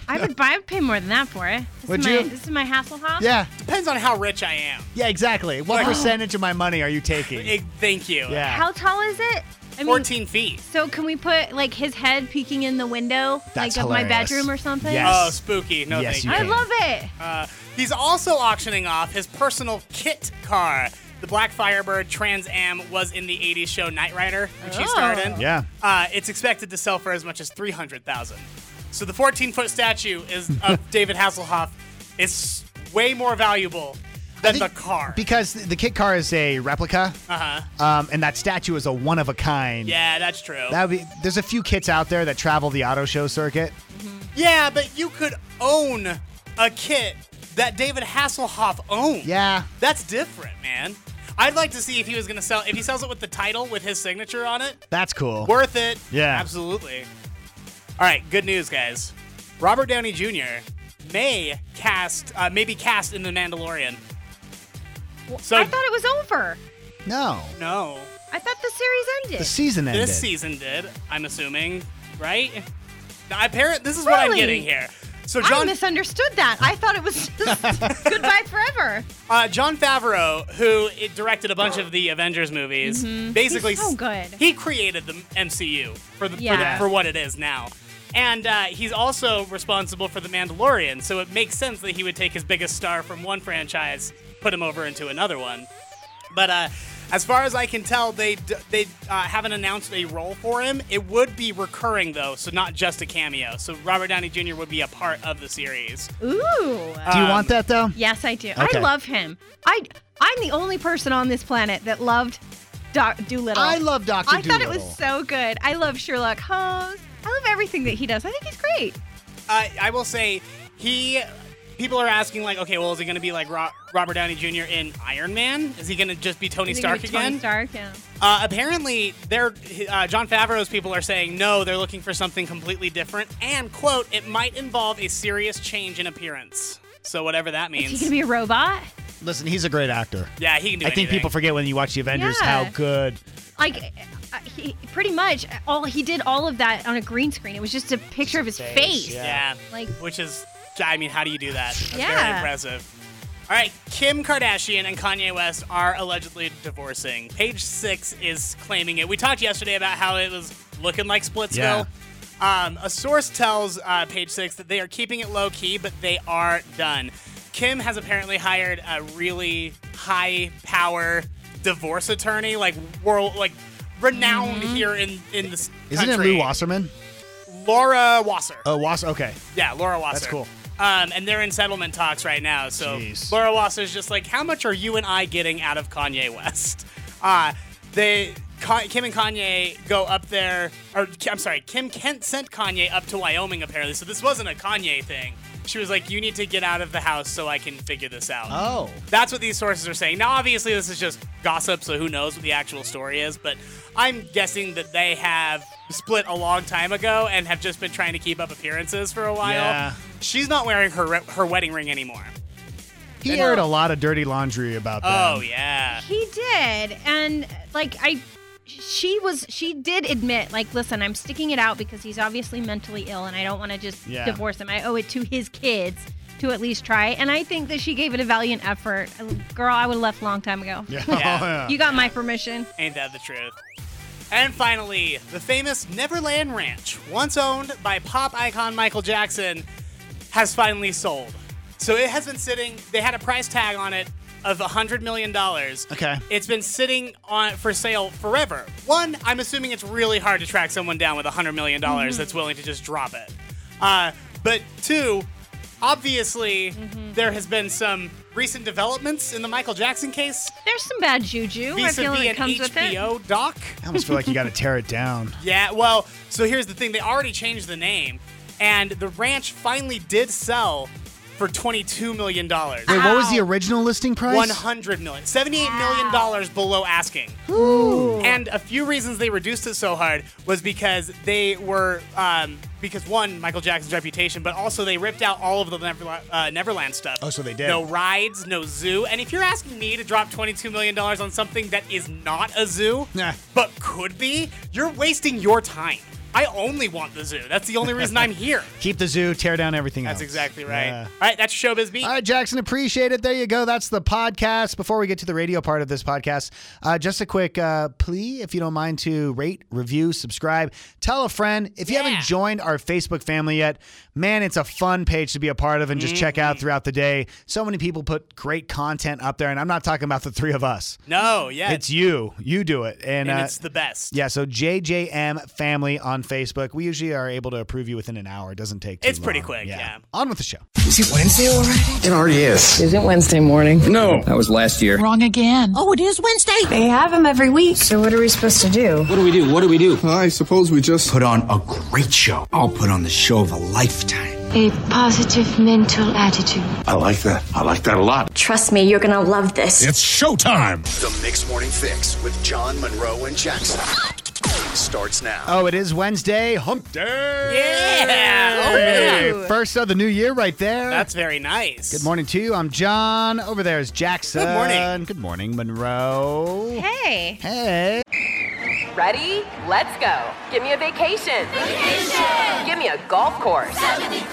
D: I would buy, I would pay more than that for it. This
B: Would
D: is my,
B: you?
D: This is my Hasselhoff.
B: Yeah.
C: Depends on how rich I am.
B: Yeah, exactly. What percentage of my money are you taking?
C: Eh, Thank you.
B: Yeah.
D: How tall is it? I mean,
C: 14 feet.
D: So can we put like his head peeking in the window,
C: That's
D: like of my
C: hilarious.
D: bedroom or something?
C: Oh, spooky. No, thank
B: Yes, you
C: you.
D: I love it.
C: Uh, he's also auctioning off his personal kit car. The Black Firebird Trans Am was in the 80s show Knight Rider, which he starred in.
B: Yeah.
C: Uh, it's expected to sell for as much as 300000 So the 14 foot statue is of David Hasselhoff is way more valuable than the car.
B: Because the kit car is a replica,
C: Uh huh.
B: um, and that statue is a one of a kind.
C: Yeah, that's true.
B: That would be. There's a few kits out there that travel the auto show circuit.
C: yeah, but you could own a kit that David Hasselhoff owned.
B: Yeah.
C: That's different, man. I'd like to see if he was gonna sell if he sells it with the title with his signature on it.
B: That's cool.
C: Worth it.
B: Yeah.
C: Absolutely. All right, good news, guys. Robert Downey Jr. may cast uh, may be cast in The Mandalorian. So
D: I thought it was over.
B: No.
C: no,
D: I thought the series ended.
B: The season ended.
C: this season did. I'm assuming, right? Now, apparent. This is what I'm
D: Really?
C: getting here. So
D: I
C: John
D: misunderstood that. I thought it was just goodbye forever.
C: Uh, John Favreau, who it directed a bunch of the Avengers movies,
D: Mhm.
C: basically
D: He's so
C: s-
D: good.
C: He created the MCU for the, for the-
D: Yeah.
C: for, what it is now, and uh, he's also responsible for the Mandalorian. So it makes sense that he would take his biggest star from one franchise, put him over into another one. But uh, as far as I can tell, they d- they uh, haven't announced a role for him. It would be recurring though, so not just a cameo. So Robert Downey Jr. would be a part of the series.
D: Ooh.
B: Do you
C: um,
B: want that though?
D: Yes, I do.
B: Okay.
D: I love him. I I'm the only person on this planet that loved Doc Doolittle.
B: I love Dr.
D: I thought it was
B: Dolittle.
D: so good. I love Sherlock Holmes. I love everything that he does. I think he's great.
C: I, I will say he. People are asking like, okay, well, is he going to be like Ro- Robert Downey Jr. in Iron Man? Is he going to just be Tony
D: I think
C: Stark
D: he's
C: again?
D: Tony Stark. Yeah.
C: Uh, apparently, they're uh, John Favreau's people are saying no. They're looking for something completely different, and quote, it might involve a serious change in appearance. So whatever that
D: Is he
C: means.
D: gonna be a robot?
B: Listen, he's a great actor.
C: yeah, he can do
B: I think
C: anything.
B: people forget when you watch the Avengers
D: Yeah.
B: how good.
D: Like, uh, he pretty much all he did all of that on a green screen. It was just a picture of his face.
C: Yeah.
D: Like-
C: which is, I mean, how do you do that? That's Very
D: Yeah.
C: impressive. All right, Kim Kardashian and Kanye West are allegedly divorcing. Page Six is claiming it. We talked yesterday about how it was looking like Splitsville.
B: Yeah.
C: Um, a source tells uh, Page Six that they are keeping it low key, but they are done. Kim has apparently hired a really high power divorce attorney, like world, like renowned
D: Mm-hmm.
C: here in in this
B: Isn't it
C: country.
B: Lou Wasserman?
C: Laura Wasser.
B: Oh, Wass. Okay.
C: Yeah, Laura Wasser.
B: That's cool.
C: Um, and they're in settlement talks right now. So Laura Wasser's just like, how much are you and I getting out of Kanye West? Uh, they Ka- Kim and Kanye go up there, or Ki- I'm sorry, Kim Kent sent Kanye up to Wyoming apparently. So this wasn't a Kanye thing. She was like, you need to get out of the house so I can figure this out.
B: Oh.
C: That's what these sources are saying. Now, obviously, this is just gossip, so who knows what the actual story is, but I'm guessing that they have split a long time ago and have just been trying to keep up appearances for a while.
B: Yeah.
C: She's not wearing her, re- her wedding ring anymore.
B: He aired a lot of dirty laundry about that.
C: Oh, yeah.
D: He did, and like I, she was she did admit like, listen, I'm sticking it out because he's obviously mentally ill, and I don't want to just
G: Yeah.
D: divorce him. I owe it to his kids to at least try. And I think that she gave it a valiant effort. Girl, I would have left a long time ago.
C: Yeah. Yeah.
D: you got my permission.
C: Ain't that the truth? And finally, the famous Neverland Ranch, once owned by pop icon Michael Jackson, has finally sold. So it has been sitting, they had a price tag on it of $100 million.
B: Okay.
C: It's been sitting on for sale forever. One, I'm assuming it's really hard to track someone down with $100 million
D: Mm-hmm.
G: Mhm.
C: that's willing to just drop it. Uh, but two, obviously,
D: Mm-hmm.
C: there has been some recent developments in the Michael Jackson case.
D: There's some bad juju. I
C: Vis-a-vis
D: feel like
C: an
D: it comes with it.
C: HBO doc.
B: I almost feel like you got to tear it down.
C: Yeah, well, so here's the thing. They already changed the name, and the ranch finally did sell for $22 million.
B: Wait, what was the original listing price?
C: 100 million. 78 million dollars below asking. And a few reasons they reduced it so hard was because they were um, because one Michael Jackson's reputation, but also they ripped out all of the Neverla- uh, Neverland stuff.
B: Oh, so they did.
C: No rides, no zoo. And if you're asking me to drop 22 million dollars on something that is not a zoo, but could be, you're wasting your time. I only want the zoo. That's the only reason I'm here.
B: Keep the zoo, tear down everything
C: That's
B: else.
C: exactly right.
B: Yeah.
C: All right, that's your showbiz beat.
B: All right, Jackson, appreciate it. There you go. That's the podcast. Before we get to the radio part of this podcast, uh, just a quick uh, plea, if you don't mind, to rate, review, subscribe, tell a friend. If you haven't joined our Facebook family yet, man, it's a fun page to be a part of and just check
C: Mm-hmm.
B: out throughout the day. So many people put great content up there, and I'm not talking about the three of us.
C: No, yeah,
B: It's you. You do it. And,
C: and
B: uh,
C: it's the best.
B: Yeah, so JJM Family on Facebook. We usually are able to approve you within an hour. It doesn't take too
C: It's pretty
B: long.
C: quick. yeah.
B: On with the show.
J: Is it Wednesday already?
K: It already is.
J: Is it Wednesday morning?
K: No. That was last year.
J: Wrong again. Oh, it is Wednesday. They have them every week. So what are we supposed to do?
K: What do we do? What do we do? I suppose we just put on a great show. I'll put on the show of a lifetime.
L: A positive mental attitude.
K: I like that. I like that a lot.
L: Trust me, you're gonna love this.
K: It's showtime.
M: The Mix Morning Fix with John Monroe and Jackson starts now.
B: Oh, it is Wednesday, hump day.
C: Yeah. Oh,
B: Hey,
C: yeah.
B: First of the new year, right there.
C: That's very nice.
B: Good morning to you. I'm John. Over there is Jackson.
C: Good morning.
B: Good morning, Monroe.
D: Hey.
B: Hey.
N: Ready? Let's go. Give me a vacation. Vacation. Give me a golf course. 70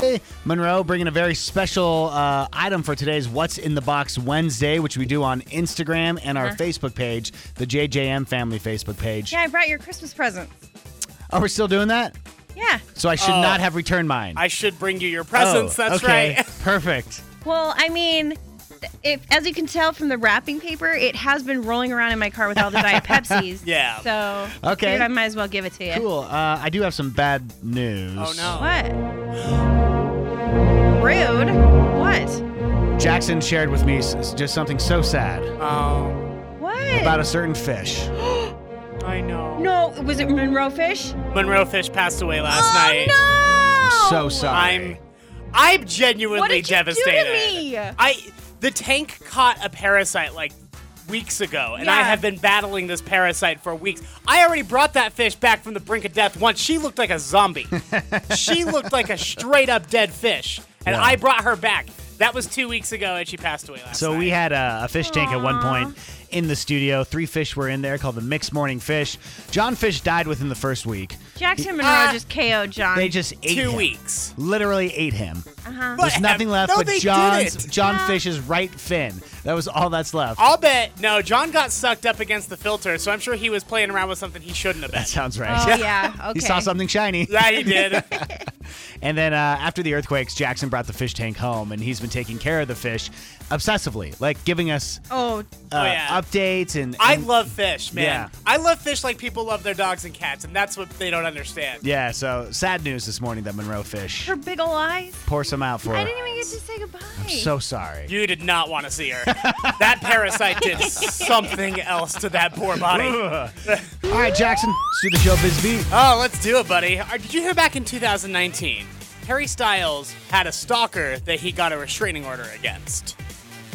B: Hey, Monroe bringing a very special uh, item for today's What's in the Box Wednesday, which we do on Instagram and our
D: Uh-huh.
B: Facebook page, the JJM Family Facebook page.
D: Yeah, I brought your Christmas presents.
B: Are we still doing that?
D: Yeah.
B: So I should
C: Oh.
B: not have returned mine.
C: I should bring you your presents.
B: Oh,
C: that's
B: okay.
C: right.
B: Perfect.
D: Well, I mean, if as you can tell from the wrapping paper, it has been rolling around in my car with all the Diet Pepsis.
B: Yeah.
D: So
B: Okay.
D: figured I might as well give it to you.
B: Cool. Uh, I do have some bad news.
D: Oh no. What? Rude. What?
B: Jackson shared with me s- s- just something so sad
C: Oh.
D: What?
B: about a certain fish.
C: I know.
D: No, was it Monroe Fish? Oh,
C: Monroe Fish passed away last night.
B: I'm so sorry.
C: I'm I'm genuinely
D: What did you do to
C: devastated.
D: me?
C: I the tank caught a parasite like weeks ago and I
D: Yeah.
C: have been battling this parasite for weeks. I already brought that fish back from the brink of death once. She looked like a zombie. she looked like a straight up dead fish and
B: Yeah.
C: I brought her back. That was 2 weeks ago and she passed away last.
B: So we had a, a fish tank at one point in the studio. Three fish were in there called the mixed morning fish. John Fish died within the first week.
D: Jackson Monroe
C: Ah.
D: just KO'd John.
B: They just ate him.
C: Um, weeks.
B: Literally ate him.
D: Uh-huh.
B: There's nothing left
C: no, they
B: but
C: did
B: John's
C: it.
B: John Fish's right fin. That was all that's left.
C: I'll bet no, John got sucked up against the filter, so I'm sure he was playing around with something he shouldn't have been.
B: That sounds right.
C: Oh, yeah,
B: he
C: okay.
B: saw something shiny.
C: Yeah, he did.
B: and then uh, after the earthquakes, Jackson brought the fish tank home, and he's been taking care of the fish obsessively, like giving us
D: Oh,
B: uh, updates and,
C: I
B: and-
C: love fish, man.
B: Yeah.
C: I love fish like people love their dogs and cats, and that's what they don't understand.
B: Yeah, so sad news this morning that Monroe Fish.
D: her big ol' eyes.
B: Pour some out for
D: I
B: her.
D: didn't even get to say goodbye.
B: I'm so sorry.
C: You did not want to see her. that parasite did something else to that poor body.
B: Ugh. All right, Jackson, let's do the showbiz beat.
C: oh, let's do it, buddy. Uh, Did you hear back in 2019? Harry Styles had a stalker that he got a restraining order against.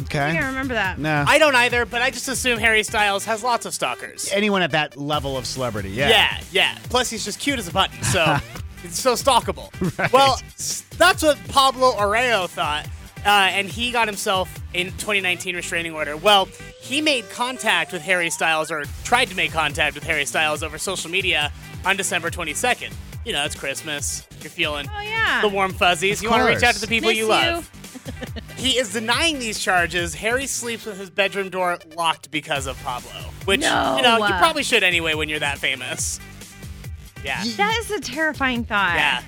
B: Okay.
D: remember that.
B: No.
C: I don't either, but I just assume Harry Styles has lots of stalkers.
B: Anyone at that level of celebrity, yeah.
C: yeah, yeah. Plus, he's just cute as a button, so it's so stalkable. Well, s- that's what Pablo Oreo thought, uh, and he got himself a 2019 restraining order. Well, he made contact with Harry Styles, or tried to make contact with Harry Styles over social media on December 22nd. You know, it's Christmas. You're feeling oh,
D: yeah.
C: the warm fuzzies.
D: Of
C: you want to reach
D: course.
C: out to the people
D: Miss
C: you love. he is denying these charges. Harry sleeps with his bedroom door locked because of Pablo, which you know you
D: No.
C: probably should anyway when you're that famous. Yeah.
D: That is a terrifying thought.
C: Yeah.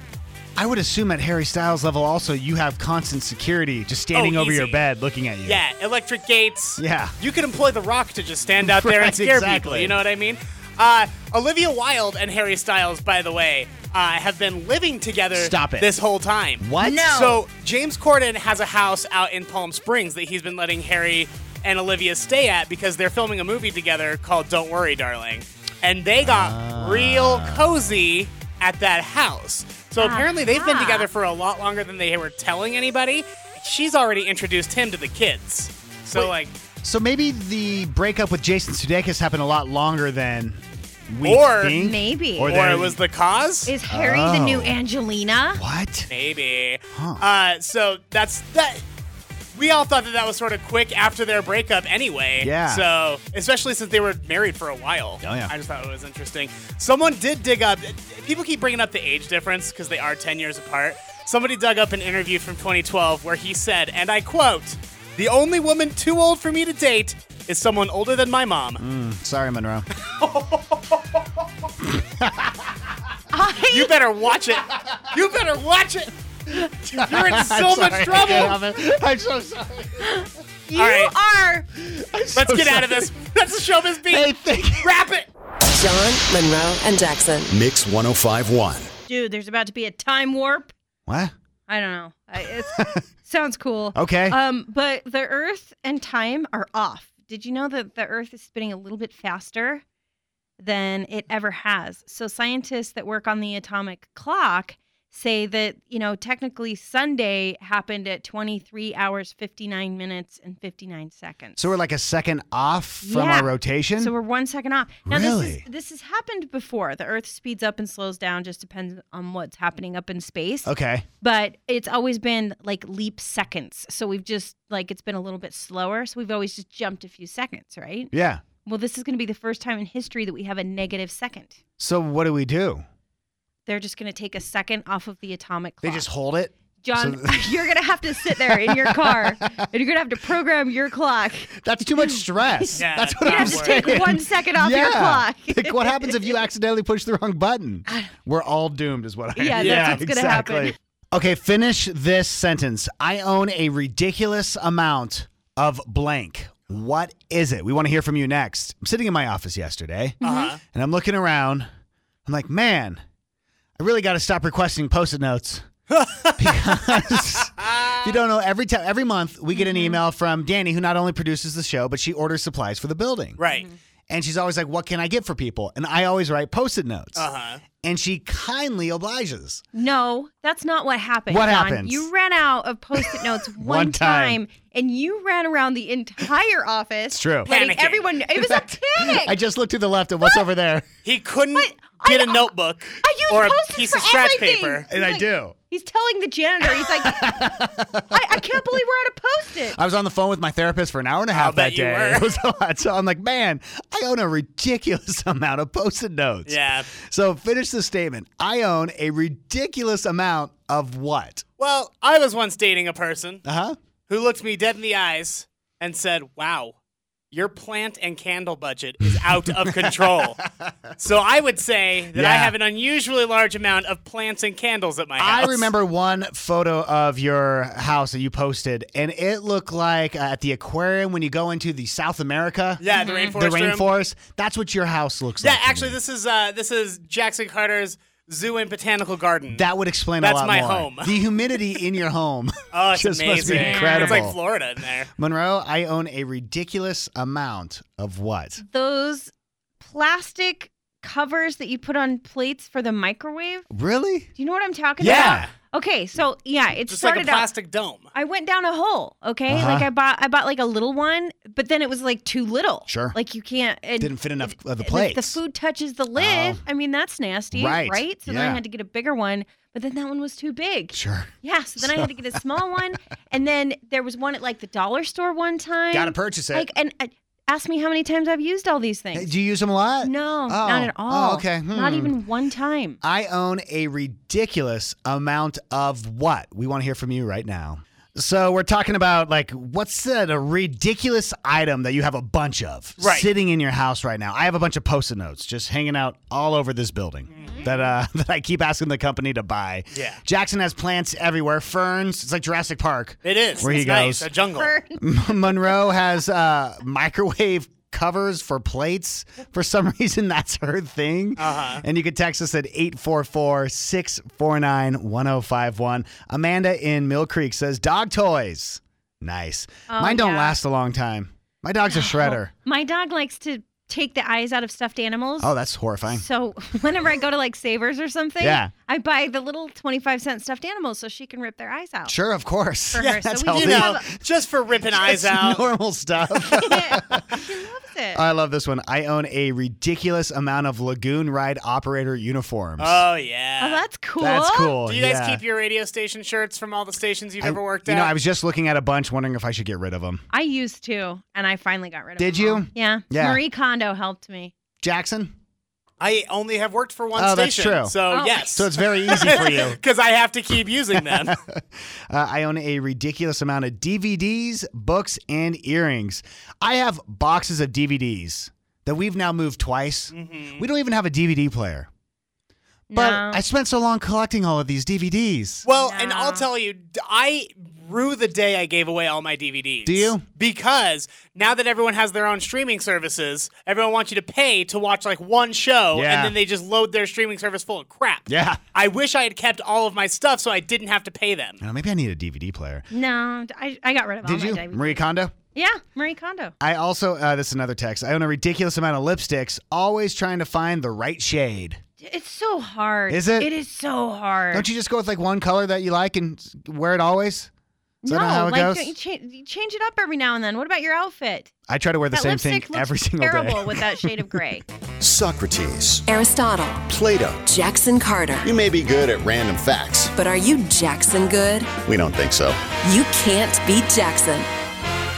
B: I would assume at Harry Styles' level, also, you have constant security just standing
C: Oh,
B: over your
C: easy.
B: bed looking at you.
C: Yeah, electric gates.
B: Yeah.
C: You could employ The Rock to just stand out there and
B: Right,
C: scare people.
B: exactly.
C: You know what I mean? Uh, Olivia Wilde and Harry Styles, by the way, uh, have been living together
B: Stop it.
C: this whole time.
B: What? No.
C: So James Corden has a house out in Palm Springs that he's been letting Harry and Olivia stay at because they're filming a movie together called Don't Worry, Darling. And they got
B: Ah.
C: real cozy at that house. So apparently they've been
D: Aha.
C: together for a lot longer than they were telling anybody. She's already introduced him to the kids. So
B: Wait.
C: like
B: So maybe the breakup with Jason Sudeikis happened a lot longer than we
C: Or-
B: think.
D: Maybe.
C: Or,
B: than-
C: it was the cause?
D: Is Harry the
B: Oh.
D: new Angelina?
B: What?
C: Maybe. Uh, so that's that. We all thought that that was sort of quick after their breakup anyway.
B: Yeah.
C: So, especially since they were married for a while.
B: Oh, yeah.
C: I just thought it was interesting. Someone did dig up, people keep bringing up the age difference because they are 10 years apart. Somebody dug up an interview from 2012 where he said, and I quote, The only woman too old for me to date is someone older than my mom.
B: Mm, sorry, Monroe.
C: You better watch it. You better watch it. You're in so
B: I'm
C: much
B: sorry.
C: trouble.
B: I love it. I'm so sorry.
C: All right.
D: are.
C: Let's
B: so
C: get out of
B: sorry.
C: this. That's the showbiz beat. Wrap it.
O: John, Monroe, and Jackson.
M: Mix 1051.
D: Dude, there's about to be a time warp.
B: What?
D: I don't know. I, it sounds cool.
B: Okay.
D: Um, but the Earth and time are off. Did you know that the Earth is spinning a little bit faster than it ever has? So scientists that work on the atomic clock say that you know technically Sunday happened at 23 hours 59 minutes and 59 seconds.
B: So we're like a second off from
D: Yeah.
B: our rotation?
D: So we're one second off. Now this
B: Really?
D: is this has happened before. The Earth speeds up and slows down, just depends on what's happening up in space.
B: Okay.
D: But it's always been like leap seconds. So we've just like it's been a little bit slower. So we've always just jumped a few seconds, right?
B: Yeah.
D: Well, this is gonna be the first time in history that we have a negative second.
B: So what do we do?
D: They're just gonna take a second off of the atomic
B: They
D: clock.
B: just hold it?
D: John, you're gonna have to sit there in your car, and you're gonna have to program your clock.
B: That's too much stress.
C: Yeah,
B: That's
C: that's
B: what
C: not
B: I'm
C: worth
B: saying.
C: it. Take
D: one second off your
B: Yeah.
D: clock.
B: Like, what happens if you accidentally push the wrong button? We're all doomed, is what I.
D: Yeah, that's Yeah. what's gonna happen.
B: Okay, finish this sentence. I own a ridiculous amount of blank. What is it? We want to hear from you next. I'm sitting in my office yesterday,
C: Uh-huh.
B: and I'm looking around. I'm like, man, I really got to stop requesting post-it notes. because if you don't know, every time, every month we get an
C: Mm-hmm.
B: email from Danny, who not only produces the show, but she orders supplies for the building.
C: Right.
B: And she's always like, "What can I get for people?" And I always write post-it notes.
C: Uh huh.
B: And she kindly obliges.
D: No, that's not what happened.
B: What
D: John.
B: happens?
D: You ran out of post-it notes one,
B: One time.
D: and you ran around the entire office.
B: It's true.
D: Letting
B: Panicking.
D: everyone. It was a panic.
B: I just looked to the left and what's over there?
C: He couldn't get a
D: uh,
C: notebook or a
D: Post-its
C: piece
D: for
C: of scratch
D: everything.
C: paper.
B: And I do.
D: He's telling the janitor. He's like, I, I can't believe we're out of post-it.
B: I was on the phone with my therapist for an hour and a half that
C: bet you
B: day.
C: were.
B: It was a lot. So I'm like, man, I own a ridiculous amount of post-it notes.
C: Yeah.
B: So finish the statement. I own a ridiculous amount of what?
C: Well, I was once dating a person
B: Uh-huh.
C: who looked me dead in the eyes and said, "Wow, your plant and candle budget is out of control." so I would say that I
B: Yeah.
C: have an unusually large amount of plants and candles at my house.
B: I remember one photo of your house that you posted, and it looked like uh, at the aquarium when you go into the South America.
C: Yeah, the
D: Mm-hmm.
B: The
C: rainforest room.
B: rainforest. That's what your house looks
C: Yeah,
B: like.
C: actually, this is uh, this is Jackson Carter's Zoo and Botanical Garden.
B: That would explain
C: That's
B: a lot
C: my
B: more.
C: home.
B: The humidity in your home.
C: oh, it's
B: just
C: amazing.
B: must be incredible.
C: It's like Florida in there.
B: Monroe, I own a ridiculous amount of what?
D: Those plastic covers that you put on plates for the microwave.
B: Really?
D: Do you know what I'm talking
B: Yeah.
D: about? Okay, so yeah, it
C: Just like
D: started
C: a
D: out-
C: plastic dome.
D: I went down a hole. Okay,
B: Uh-huh.
D: like I bought I bought like a little one, but then it was like too little.
B: Sure.
D: like you can't. It,
B: Didn't fit enough of the
D: if
B: plates. Oh.
D: The food touches the lid. I mean, that's nasty,
B: Right,
D: right? So then
B: yeah.
D: I had to get a bigger one, but then that one was too big.
B: Sure.
D: Yeah. So then I had to get a small one, and then there was one at like the dollar store one time.
B: Gotta purchase it.
D: Like and. Uh, Ask me how many times I've used all these things.
B: Uh, Do you use them a lot?
D: No,
B: Oh,
D: not at
B: oh,
D: all.
B: okay,
D: Not
B: hmm.
D: even one time.
B: I own a ridiculous amount of what? We want to hear from you right now. So we're talking about like what's that a ridiculous item that you have a bunch of
C: Right.
B: sitting in your house right now? I have a bunch of post-it notes just hanging out all over this building that uh, that I keep asking the company to buy.
C: Yeah.
B: Jackson has plants everywhere, ferns. It's like Jurassic Park.
C: It is.
B: where
C: it's
B: he
C: nice,
B: goes.
C: a jungle.
B: Monroe has uh, microwave covers for plates. For some reason, that's her thing.
C: Uh-huh.
B: And you can text us at 844 649 1051. Amanda in Mill Creek says, Dog toys. Nice.
D: Oh,
B: Mine don't
D: yeah. Oh.
B: last a long time. My dog's a shredder.
D: My dog likes to take the eyes out of stuffed animals.
B: Oh, that's horrifying.
D: So whenever I go to like Savers or something,
B: Yeah.
D: I buy the little twenty-five cent stuffed animals so she can rip their eyes out.
B: Sure, of course.
D: For her. So
B: that's
D: we do
B: healthy.
C: You know, just for ripping eyes
B: That's
C: out.
B: Normal stuff.
D: That's it.
B: I love this one. I own a ridiculous amount of lagoon ride operator uniforms.
C: Oh yeah.
D: oh, that's cool.
B: Uh, That's cool.
C: Do you guys
B: yeah.
C: keep your radio station shirts from all the stations you've
B: I-
C: ever worked
B: you
C: at?
B: know, I was just looking at a bunch, wondering if I should get rid of them.
D: I used to, and I finally got rid of.
B: Did
D: them all.
B: you?
D: Yeah.
B: Yeah.
D: Marie Kondo helped me.
B: Jackson?
C: I only have worked for one
B: Oh, that's
C: station.
B: true.
C: So
D: Oh.
C: yes.
B: So it's very easy for you.
C: Because I have to keep using them.
B: Uh, I own a ridiculous amount of DVDs, books, and earrings. I have boxes of DVDs that we've now moved twice.
C: Mm-hmm.
B: We don't even have a DVD player. But
D: No.
B: I spent so long collecting all of these DVDs.
C: Well, and I'll tell you, d- I rue the day I gave away all my DVDs.
B: Do you?
C: Because now that everyone has their own streaming services, everyone wants you to pay to watch like one show,
B: Yeah.
C: and then they just load their streaming service full of crap.
B: Yeah.
C: I wish I had kept all of my stuff so I didn't have to pay them.
B: Now, maybe I need a DVD player.
D: No, I, I got rid of
B: Did
D: all
B: you?
D: my DVDs.
B: Marie Kondo?
D: Yeah, Marie Kondo.
B: I also, uh, this is another text. I own a ridiculous amount of lipsticks, always trying to find the right shade.
D: It's so hard.
B: Is it?
D: It is so hard.
B: Don't you just go with like one color that you like and s- wear it always? Is
D: no,
B: that not how it
D: like
B: goes?
D: don't you change, you change it up every now and then. What about your outfit?
B: I try to wear the
D: that
B: same thing
D: lipstick looks
B: every single
D: terrible
B: day.
D: with that shade of gray.
M: Socrates,
O: Aristotle.
M: Plato.
O: Jackson Carter.
M: You may be good at random facts.
O: But are you Jackson good?
M: We don't think so.
O: You can't beat Jackson.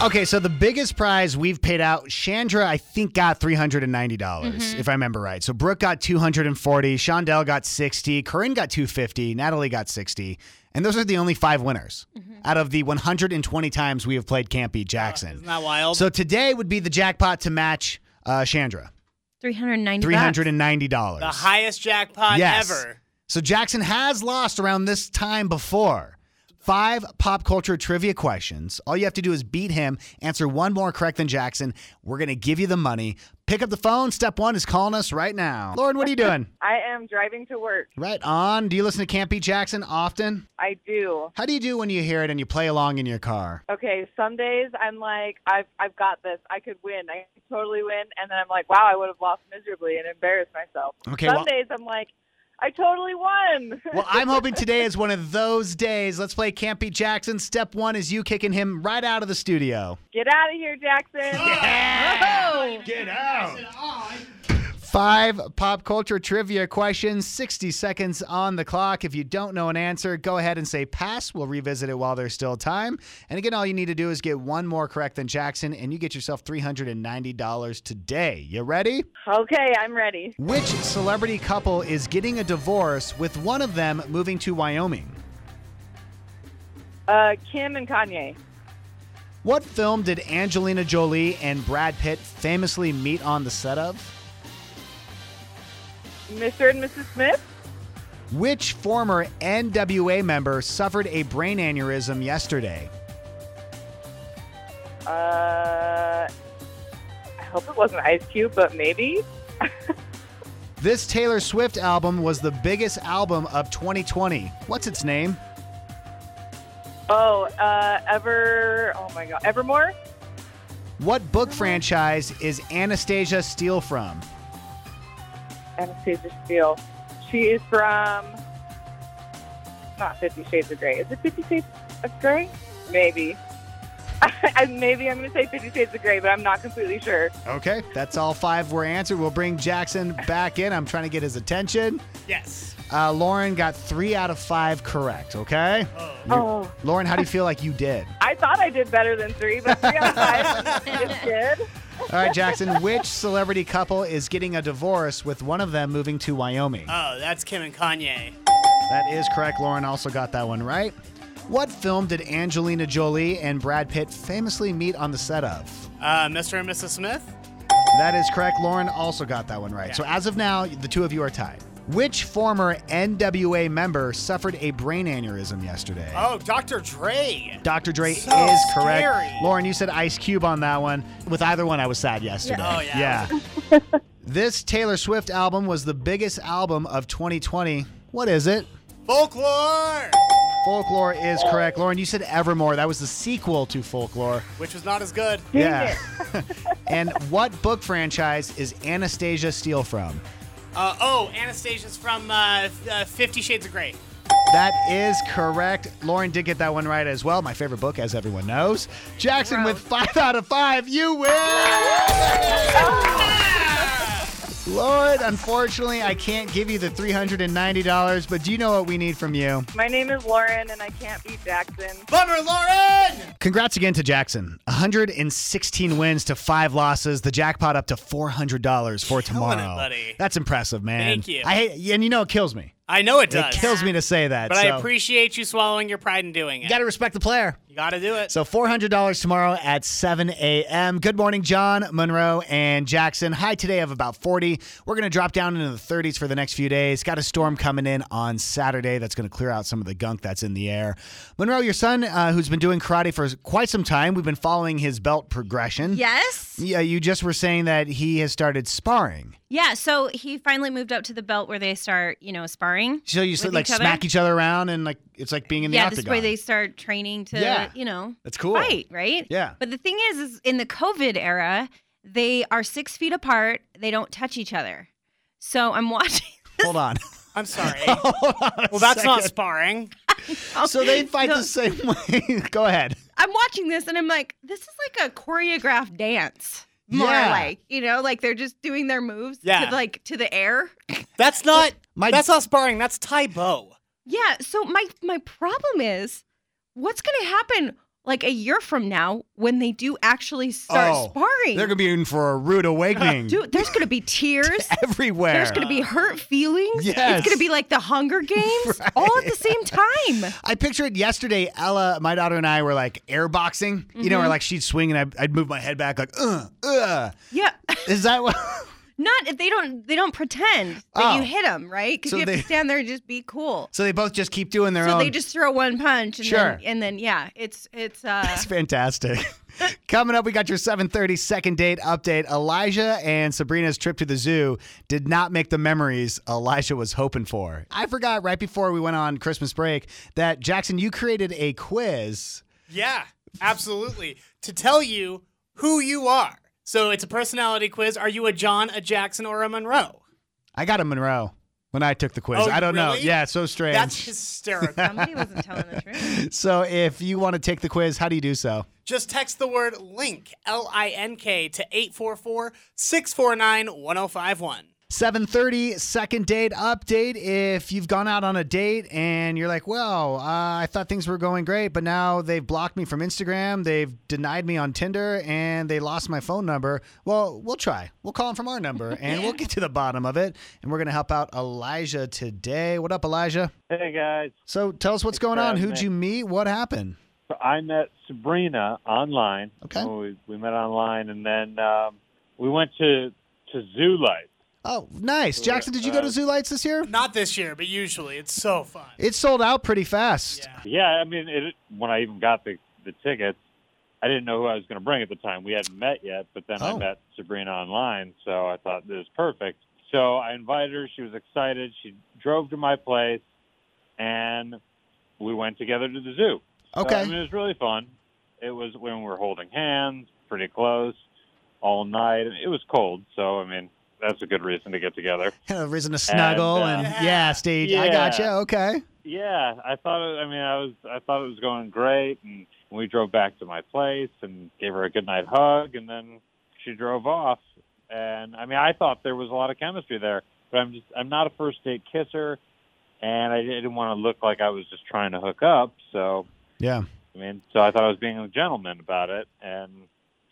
B: Okay, so the biggest prize we've paid out, Chandra, I think, got three hundred and ninety dollars,
D: Mm-hmm.
P: Mhm.
B: if I remember right. So Brooke got two hundred and forty, Shondell got sixty, Corinne got two fifty, Natalie got sixty, and those are the only five winners
D: Mm-hmm.
B: out of the one hundred and twenty times we have played Campy Jackson.
C: Isn't that wild?
B: so today would be the jackpot to match uh, Chandra,
D: 390
B: three hundred and ninety dollars.
C: the highest jackpot
B: yes.
C: ever.
B: So Jackson has lost around this time before. Five pop culture trivia questions. All you have to do is beat him, answer one more correct than Jackson. We're going to give you the money. Pick up the phone. Step one is calling us right now. Lauren, what are you doing?
Q: I am driving to work.
B: right on. Do you listen to Can't Beat Jackson often?
Q: I do.
B: How do you do when you hear it and you play along in your car?
Q: Okay, some days I'm like, I've I've got this. I could win. I could totally win. And then I'm like, wow, I would have lost miserably and embarrassed myself.
B: Okay,
Q: Some
B: well-
Q: days I'm like, I totally won.
B: Well, I'm hoping today is one of those days. Let's play Can't Beat Jackson. Step one is you kicking him right out of the studio.
Q: Get out of here, Jackson.
D: Oh,
B: Get out. Five pop culture trivia questions, 60 seconds on the clock. If you don't know an answer, go ahead and say pass. We'll revisit it while there's still time. And again, all you need to do is get one more correct than Jackson, and you get yourself $390 today. You ready?
Q: Okay, I'm ready.
B: Which celebrity couple is getting a divorce with one of them moving to Wyoming?
Q: Uh, Kim and Kanye.
B: What film did Angelina Jolie and Brad Pitt famously meet on the set of?
Q: Mr. and Mrs. Smith.
B: Which former NWA member suffered a brain aneurysm yesterday?
Q: Uh, I hope it wasn't Ice Cube, but maybe.
B: This Taylor Swift album was the biggest album of 2020. What's its name?
Q: Oh, uh, ever. Oh my God, Evermore.
B: What book franchise is Anastasia Steele from?
Q: Anastasia Steele. She is from not Fifty Shades of Grey. Is it Fifty Shades of Grey? Maybe. I- Maybe I'm going to say Fifty Shades of Grey, but I'm not completely sure.
B: Okay, that's all five were answered. We'll bring Jackson back in. I'm trying to get his attention.
C: Yes.
B: Uh, Lauren got three out of five correct, okay? You-
Q: Oh.
B: Lauren, how do you feel like you did?
Q: I thought I did better than three, but three out of five is good.
B: All right, Jackson, which celebrity couple is getting a divorce with one of them moving to Wyoming?
C: Oh, that's Kim and Kanye.
B: That is correct. Lauren also got that one right. What film did Angelina Jolie and Brad Pitt famously meet on the set of?
C: Uh, Mr. and Mrs. Smith.
B: That is correct. Lauren also got that one right. So as of now, the two of you are tied. Which former NWA member suffered a brain aneurysm yesterday?
C: Oh, Dr. Dre.
B: Dr. Dre
C: So
B: is correct.
C: scary.
B: Lauren, you said Ice Cube on that one. With either one, I was sad yesterday.
C: Yeah. Oh, yeah.
B: Yeah. this Taylor Swift album was the biggest album of 2020. What is it?
C: Folklore,
B: Folklore is correct. Lauren, you said Evermore. That was the sequel to Folklore.
C: which was not as good.
B: yeah. and what book franchise is Anastasia Steele from?
C: Uh, oh, Anastasia's from uh, uh, Fifty Shades of Grey.
B: That is correct. Lauren did get that one right as well. My favorite book, as everyone knows. Jackson with five out of five. You win! Lauren, unfortunately, I can't give you the $390, but do you know what we need from you?
Q: My name is Lauren, and I can't beat Jackson.
C: Bummer, Lauren!
B: Congrats again to Jackson. 116 wins to five losses. The jackpot up to $400 for tomorrow.
C: buddy.
B: That's impressive, man.
C: Thank you.
B: I hate, and you know it kills me.
C: I know it does.
B: It kills me to say that.
C: But
B: so
C: I appreciate you swallowing your pride and doing it.
B: You got to respect the player.
C: You got to do it.
B: So $400 tomorrow at 7 a.m. Good morning, John, Monroe, and Jackson. High today of about 40. We're going to drop down into the 30s for the next few days. Got a storm coming in on Saturday that's going to clear out some of the gunk that's in the air. Monroe, your son, uh, who's been doing karate for quite some time, we've been following his belt progression.
D: Yes.
B: Yeah, you just were saying that he has started sparring.
D: Yeah, so he finally moved up to the belt where they start, you know, sparring.
B: So you
D: with
B: said, like smack each other around and like it's like being in the
D: yeah,
B: octagon.
D: this way they start training to,
B: Yeah.
D: you know,
B: That's cool.
D: fight, right?
B: Yeah.
D: But the thing is, is in the COVID era, they are six feet apart. They don't touch each other. So I'm watching.
B: Hold on.
C: I'm sorry.
B: well,
C: that's not
B: Oh, second.
C: sparring.
B: So they fight the same way. Go ahead.
D: I'm watching this and I'm like, this is like a choreographed dance. More
B: Yeah.
D: like, you know, like they're just doing their moves
C: Yeah.
D: to like to the air.
C: That's not. that's not sparring. That's Tai Bo.
D: Yeah. So my my problem is, what's going to happen like a year from now when they do actually start
B: Oh,
D: sparring.
B: They're going to be in for a rude awakening.
D: Dude, there's going to be tears
B: everywhere.
D: There's going to be hurt feelings.
B: Yes.
D: It's going to be like the Hunger Games all at the same time.
B: I picture it yesterday. Ella, my daughter, and I were like air boxing, you know,
D: Mhm.
B: or like she'd swing and I'd, I'd move my head back, like, uh, uh.
D: Yeah.
B: Is that what?
D: Not they don't they don't pretend that
B: Oh.
D: you hit them right because
B: So
D: you have
B: they-
D: to stand there and just be cool.
B: so they both just keep doing their
D: so
B: own.
D: they just throw one punch and
B: Sure.
D: then and then yeah, it's it's uh
B: That's fantastic. Coming up, we got your 7:30 second date update. Elijah and Sabrina's trip to the zoo did not make the memories Elijah was hoping for. I forgot right before we went on Christmas break that Jackson, you created a quiz.
C: Yeah, absolutely. to tell you who you are. So it's a personality quiz. Are you a John, a Jackson, or a Monroe?
B: I got a Monroe when I took the quiz.
C: Oh,
B: I don't know.
C: really?
B: Yeah, it's so strange.
C: That's hysterical.
B: Somebody
D: wasn't telling the truth.
B: so if you want to take the quiz, how do you do so?
C: Just text the word LINK, L I N K, to 844 649 1051.
B: 7:30 second date update. If you've gone out on a date and you're like, "Well, uh, I thought things were going great, but now they've blocked me from Instagram, they've denied me on Tinder, and they lost my phone number." Well, we'll try. We'll call them from our number and we'll get to the bottom of it. And we're going to help out Elijah today. What up, Elijah?
P: Hey guys.
B: So tell us what's going on.
P: having
B: Who'd
P: me.
B: you meet? What happened?
P: So I met Sabrina online. Oh,
B: Okay.
P: We, we met online, and then um, we went to to Zoo Life.
B: Oh, nice. Jackson, did you go to
P: Uh,
B: Zoo Lights this year?
C: Not this year, but usually. It's so fun.
B: It sold out pretty fast.
P: Yeah, I mean, it, when I even got the the tickets, I didn't know who I was going to bring at the time. We hadn't met yet, but then I
B: Oh.
P: met Sabrina online, so I thought this is perfect. So I invited her. She was excited. She drove to my place, and we went together to the zoo. So,
B: Okay.
P: I mean, it was really fun. It was when we were holding hands, pretty close, all night. It was cold, so I mean, that's a good reason to get together.
B: Kind of reason to snuggle
P: uh,
B: and, yeah, stage. I
P: yeah.
B: gotcha. Okay.
P: Yeah, I thought. It, I mean, I was. I thought it was going great, and we drove back to my place and gave her a good night hug, and then she drove off. And I mean, I thought there was a lot of chemistry there, but I'm just. I'm not a first date kisser, and I didn't want to look like I was just trying to hook up. So
B: Yeah.
P: I mean, so I thought I was being a gentleman about it, and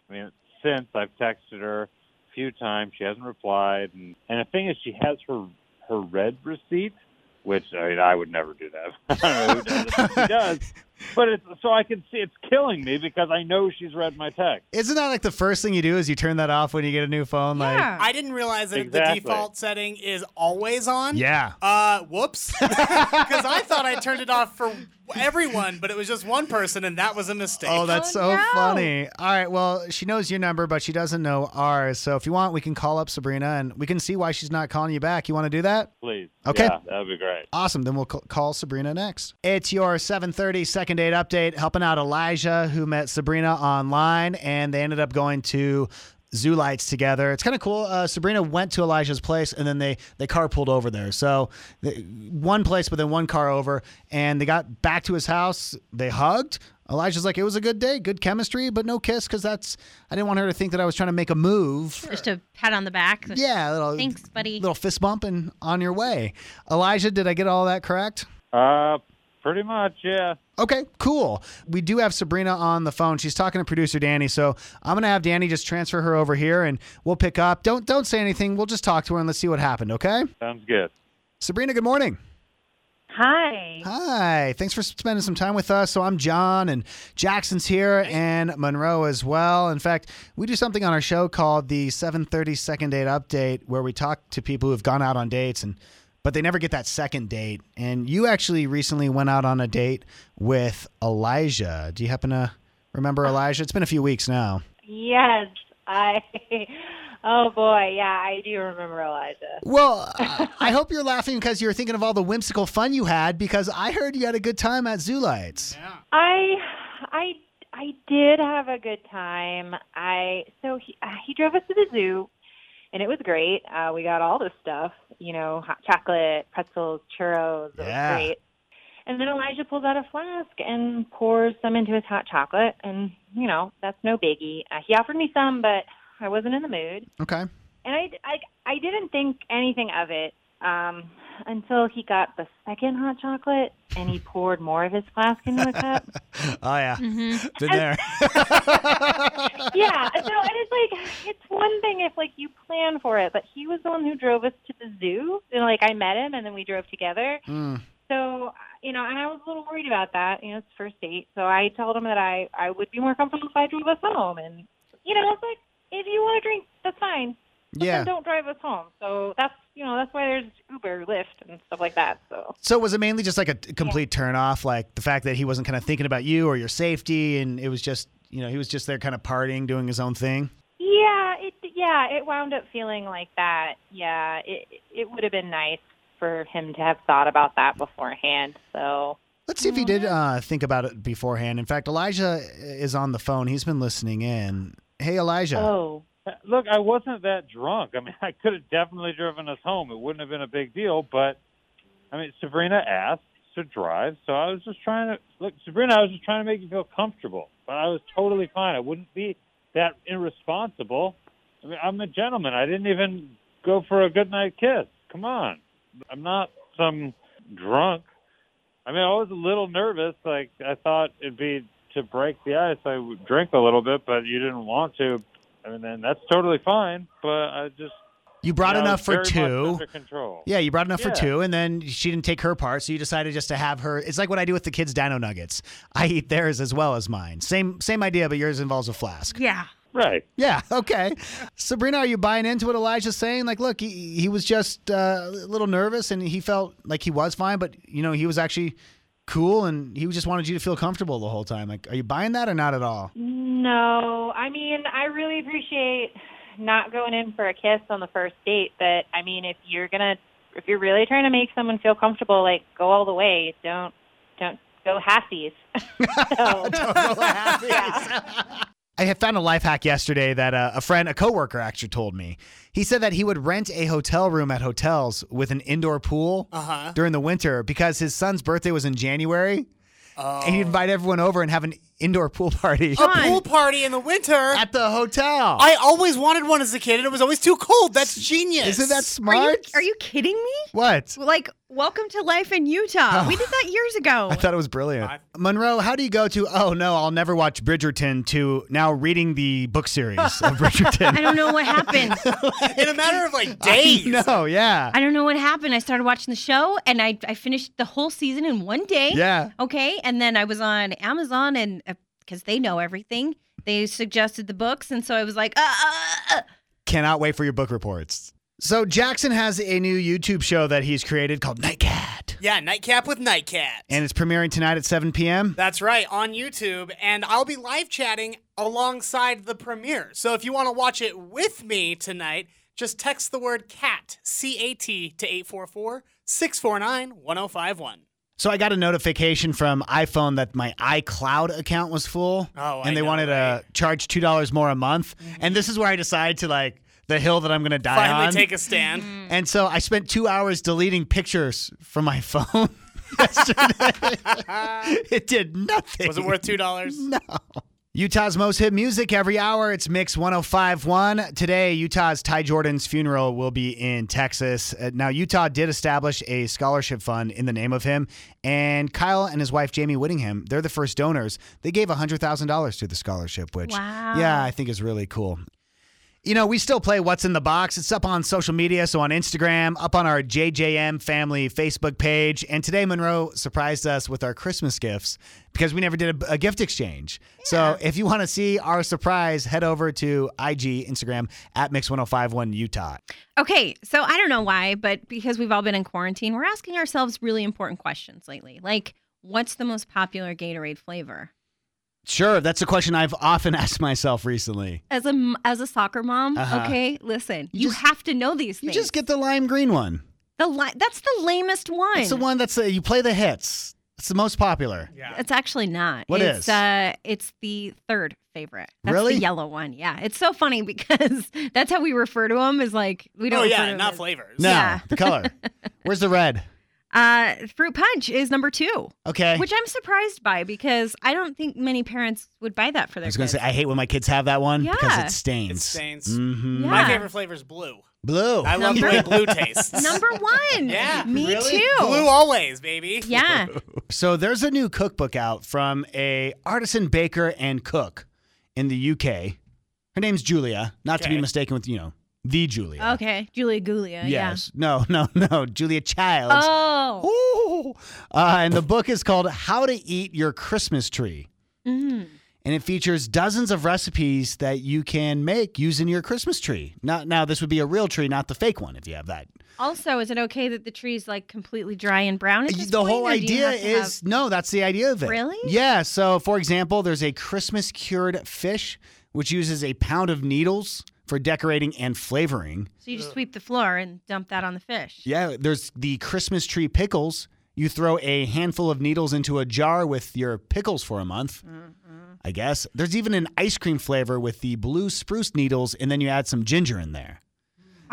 P: I mean, since I've texted her a few times, she hasn't replied, and and the thing is, she has her her red receipt, which I mean, I would never do that. I don't know who does it, but she does, but it's so I can see it's killing me because I know she's read my text.
B: Isn't that like the first thing you do is you turn that off when you get a new phone? Like,
C: I didn't realize that the
B: Exactly.
C: default setting is always on.
B: Yeah.
C: Uh, whoops. Because I thought I turned it off for everyone, but it was just one person, and that was a mistake.
B: oh, that's so funny. All right. Well, she knows your number, but she doesn't know ours. So if you want, we can call up Sabrina and we can see why she's not calling you back. You want to do that?
P: Please,
B: Okay.
P: yeah, that would be great.
B: Awesome. Then we'll c- call Sabrina next. It's your 7:30 second date update, helping out Elijah who met Sabrina online, and they ended up going to Zoo Lights together. It's kind of cool. Uh, Sabrina went to Elijah's place, and then they they carpooled over there. So the, one place, but then one car over, and they got back to his house. They hugged. Elijah's like, it was a good day, good chemistry, but no kiss because that's. I didn't want her to think that I was trying to make a move.
D: just a pat on the back.
B: Yeah, a little,
D: Thanks, buddy.
B: Little fist bump and on your way. Elijah, did I get all that correct?
P: Uh, pretty much, yeah.
B: Okay, cool. We do have Sabrina on the phone. She's talking to producer Danny, so I'm gonna have Danny just transfer her over here, and we'll pick up. Don't don't say anything. We'll just talk to her and let's see what happened. Okay.
P: Sounds good.
B: Sabrina, good morning.
R: Hi.
B: Hi. Thanks for spending some time with us. So I'm John, and Jackson's here, and Monroe as well. In fact, we do something on our show called the 7:30 Second Date Update, where we talk to people who have gone out on dates and. But they never get that second date. And you actually recently went out on a date with Elijah. Do you happen to remember Elijah? It's been a few weeks now.
R: Yes, I. Oh boy, yeah, I do remember Elijah.
B: Well, I I hope you're laughing because you're thinking of all the whimsical fun you had because I heard you had a good time at Zoo Lights.
R: I, I, I did have a good time. I so he uh, he drove us to the zoo, and it was great. Uh, we got all this stuff, you know, hot chocolate, pretzels, churros. It
G: Yeah.
R: was great. And then Elijah pulls out a flask and pours some into his hot chocolate, and you know that's no biggie. Uh, he offered me some, but I wasn't in the mood.
B: Okay.
R: and I, I, I didn't think anything of it um, until he got the second hot chocolate, and he poured more of his flask into a cup.
B: Oh yeah,
R: Mhm.
B: been there.
R: yeah. So and it's like it's one thing if like you plan for it, but he was the one who drove us to the zoo. And like I met him and then we drove together. So you know, and I was a little worried about that. You know, it's first date. So I told him that I I would be more comfortable if I drove us home. And you know, I was like, if you want to drink, that's fine. But
B: Yeah.
R: Then don't drive us home. So that's you know that's why there's Uber, Lyft, and stuff like that. So
B: So was it mainly just like a t- complete turn off, like the fact that he wasn't kind of thinking about you or your safety, and it was just you know he was just there kind of partying, doing his own thing.
R: Yeah, it yeah, it wound up feeling like that. Yeah, it it would have been nice for him to have thought about that beforehand. So
B: Let's see if he did
P: Mm-hmm.
B: uh, think about it beforehand. In fact, Elijah uh, is on the phone. He's been listening in. Hey, Elijah.
R: Oh.
P: Look, I wasn't that drunk. I mean, I could have definitely driven us home. It wouldn't have been a big deal, but I mean, Sabrina asked to drive, so I was just trying to look, Sabrina, I was just trying to make you feel comfortable, but I was totally fine. I wouldn't be that irresponsible. I mean, I'm a gentleman. I didn't even go for a good night kiss. Come on. I'm not some drunk. I mean, I was a little nervous. Like, I thought it'd be to break the ice. I would drink a little bit, but you didn't want to. I mean, then that's totally fine. But I just
B: You brought
P: Yeah, I
B: enough
P: was
B: for
P: very much
B: two.
P: under control.
B: Yeah, you brought enough
P: Yeah.
B: for two, and then she didn't take her part, so you decided just to have her. It's like what I do with the kids' Dino Nuggets. I eat theirs as well as mine. Same same idea, but yours involves a flask.
D: Yeah.
P: Right.
B: Yeah. Okay. Sabrina, are you buying into what Elijah's saying? Like, look, he, he was just uh, a little nervous, and he felt like he was fine, but you know, he was actually cool, and he just wanted you to feel comfortable the whole time. Like, are you buying that or not at all?
R: no, I mean, I really appreciate not going in for a kiss on the first date, but I mean, if you're gonna if you're really trying to make someone feel comfortable, like go all the way. Don't don't go halfies.
B: I had found a life hack yesterday that uh, a friend, a coworker actually told me. He said that he would rent a hotel room at hotels with an indoor pool
C: Uh-huh.
B: during the winter because his son's birthday was in January. And he'd invite everyone over and have an indoor pool party.
C: A pool party in the winter at
B: the hotel.
D: Oh,
C: I always wanted one as a kid, and it was always too cold. That's genius.
B: Isn't that
D: Are you,
B: smart?
D: are you kidding me?
B: What?
D: Like, welcome to life in Utah.
B: Oh.
D: We did that years ago.
B: I thought it was brilliant. Monroe, how do you go to, oh no, I'll never watch Bridgerton to now reading the book series of Bridgerton?
D: I don't know what happened.
C: In a matter of like
B: No, yeah.
D: I don't know what happened. I started watching the show and I, I finished the whole season in one day.
B: Yeah.
D: Okay. And then I was on Amazon and because they know everything, they suggested the books. And so I was like, uh, uh,
B: Cannot wait for your book reports. So Jackson has a new YouTube show that he's created called Nightcat,
C: Yeah, nightcap with nightcat.
B: and it's premiering tonight at 7 p.m.
C: That's right, on YouTube, and I'll be live chatting alongside the premiere. So if you want to watch it with me tonight, just text the word CAT, C A T, to 844 649 1051.
B: So I got a notification from iPhone that my iCloud account was full,
C: Oh, I
B: and they
C: know, Mm-hmm.
B: wanted to charge two dollars more a month. And this is where I decide to like the hill that I'm going to die
C: Finally
B: on.
C: take a stand.
B: and so I spent two hours deleting pictures from my phone. yesterday. it did nothing.
C: Was it worth $2?
B: No. Utah's most hit music every hour. It's Mix 1051. Today, Utah's Ty Jordan's funeral will be in Texas. Uh, Now, Utah did establish a scholarship fund in the name of him, and Kyle and his wife, Jamie Whittingham, they're the first donors. They gave $100,000 to the scholarship, which,
G: Wow.
B: yeah, I think is really cool. You know, we still play What's in the Box. It's up on social media, so on Instagram, up on our JJM family Facebook page. And today, Monroe surprised us with our Christmas gifts because we never did a, a gift exchange. So if you want to see our surprise, head over to IG, Instagram, at Mix1051 Utah.
D: Okay, so I don't know why, but because we've all been in quarantine, we're asking ourselves really important questions lately. Like, what's the most popular Gatorade flavor?
B: Sure, that's a question I've often asked myself recently.
D: As a m- as a soccer mom,
B: Uh-huh.
D: okay, listen, you, have to know these
B: You
D: things.
B: just get the lime green one.
D: the li- that's the lamest one.
B: It's the one that's, the, you play the hits, it's the most popular.
D: Yeah. It's actually not.
B: What
D: it's,
B: is?
D: Uh, it's the third favorite. That's
B: Really?
D: The yellow one. Yeah. It's so funny because that's how we refer to them. Is like we don't.
C: Oh,
D: refer
C: yeah,
D: to 'em
C: not
D: as-
C: flavors.
B: No,
D: Yeah.
B: the color. Where's the red?
D: Uh, fruit punch is number two.
B: Okay.
D: Which I'm surprised by because I don't think many parents would buy that for
B: I
D: their
B: was
D: kids.
B: going to say, I hate when my kids have that one because
D: Yeah.
B: it stains.
C: It stains.
B: Mhm.
C: My favorite flavor is blue.
B: Blue.
C: I love the way blue tastes.
D: Number one.
C: Yeah,
D: Me
C: really?
D: too.
C: Blue always, baby.
D: Yeah.
B: So there's a new cookbook out from a artisan baker and cook in the UK. Her name's Julia, not to be mistaken with you know the Julia.
D: Okay. Julia Gulia.
B: yes, no, no, no, Julia Childs.
D: Oh.
B: Uh, and the book is called How to Eat Your Christmas Tree.
D: Mm.
B: And it features dozens of recipes that you can make using your Christmas tree. Now, now this would be a real tree, not the fake one, if you have that.
D: Also, is it okay that the tree's like completely dry and brown? At this
B: the
D: point,
B: whole
D: or do you
B: idea
D: have to
B: is no that's the idea of it
D: Really?
B: yeah so for example there's a christmas cured fish which uses a pound of needles for decorating and flavoring
D: have- so you just sweep the floor and dump that on the fish.
B: yeah there's the christmas tree pickles you throw a handful of needles into a jar with your pickles for a month
D: Mm-hmm.
B: i guess there's even an ice cream flavor with the blue spruce needles and then you add some ginger in there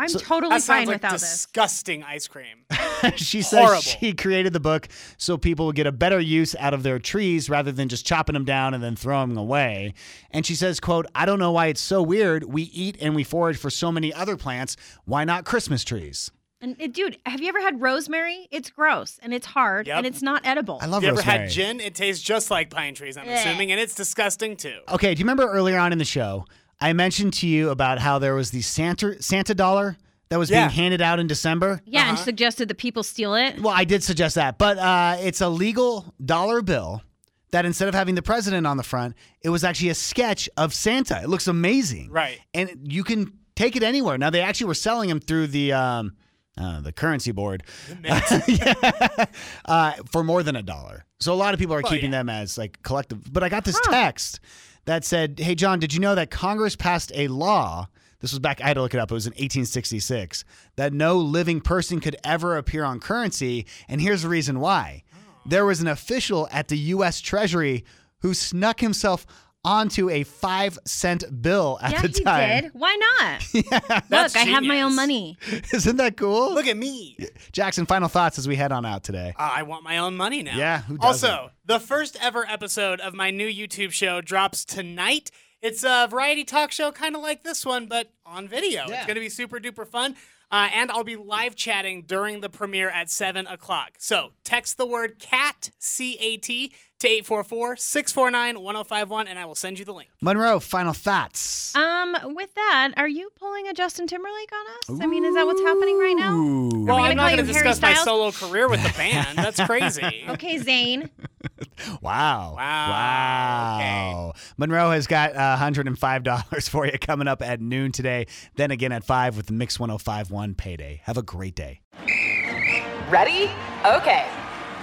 D: I'm
B: So-
D: totally
C: that
D: fine
C: sounds like
D: without this.
C: disgusting ice cream.
B: she says
C: Horrible.
B: she created the book so people would get a better use out of their trees rather than just chopping them down and then throwing them away. And she says, quote, I don't know why it's so weird. We eat and we forage for so many other plants. Why not Christmas trees?
D: And uh, dude, have you ever had rosemary? It's gross and it's hard
C: Yep.
D: and it's not edible. I
B: love
C: you ever
B: rosemary.
C: had gin? It tastes just like pine trees, I'm assuming, and it's disgusting too.
B: Okay, do you remember earlier on in the show, I mentioned to you about how there was the Santa, Santa dollar that was
D: Yeah.
B: being handed out in December?
D: Yeah,
C: Uh-huh.
D: and suggested that people steal it.
B: Well, I did suggest that, but uh, it's a legal dollar bill that instead of having the president on the front, it was actually a sketch of Santa. It looks amazing,
C: Right.
B: And you can take it anywhere. Now they actually were selling them through the um, uh, the currency board Yeah. uh, for more than a dollar. So a lot of people are
D: Oh,
C: Well,
B: keeping them as like collective. But I got this text that said, "Hey John, did you know that Congress passed a law?" This was back, I had to look it up. It was in 1866 that no living person could ever appear on currency. And here's the reason why
D: Oh.
B: there was an official at the U.S. Treasury who snuck himself onto a five cent bill at
D: yeah,
B: the
D: he
B: time.
D: did. Why not? Look,
B: That's
D: I have my own money.
B: Isn't that cool? Look
C: at me.
B: Jackson, final thoughts as we head on out today.
C: Ah, I want my own money now.
B: Yeah, who doesn't?
C: Also, the first ever episode of my new YouTube show drops tonight. It's a variety talk show, kind of like this one, but on video. It's going to be super duper fun. Uh, and I'll be live chatting during the premiere at 7 o'clock. So text the word CAT, C A T, to 844 649 1051, and I will send you the link.
B: Monroe, final thoughts.
D: Um, with that, are you pulling a Justin Timberlake on us? I mean, is that what's happening right now?
C: Well,
D: we gonna
C: I'm not going to
D: call you Harry
C: discuss my
D: Styles?
C: solo career with the band. That's crazy.
D: Okay, Zane.
B: Wow. Wow. Wow. Monroe has got uh, $105 for you coming up at noon today, then again at 5 with Mix 1051 Payday. Have a great day.
N: Ready? Okay.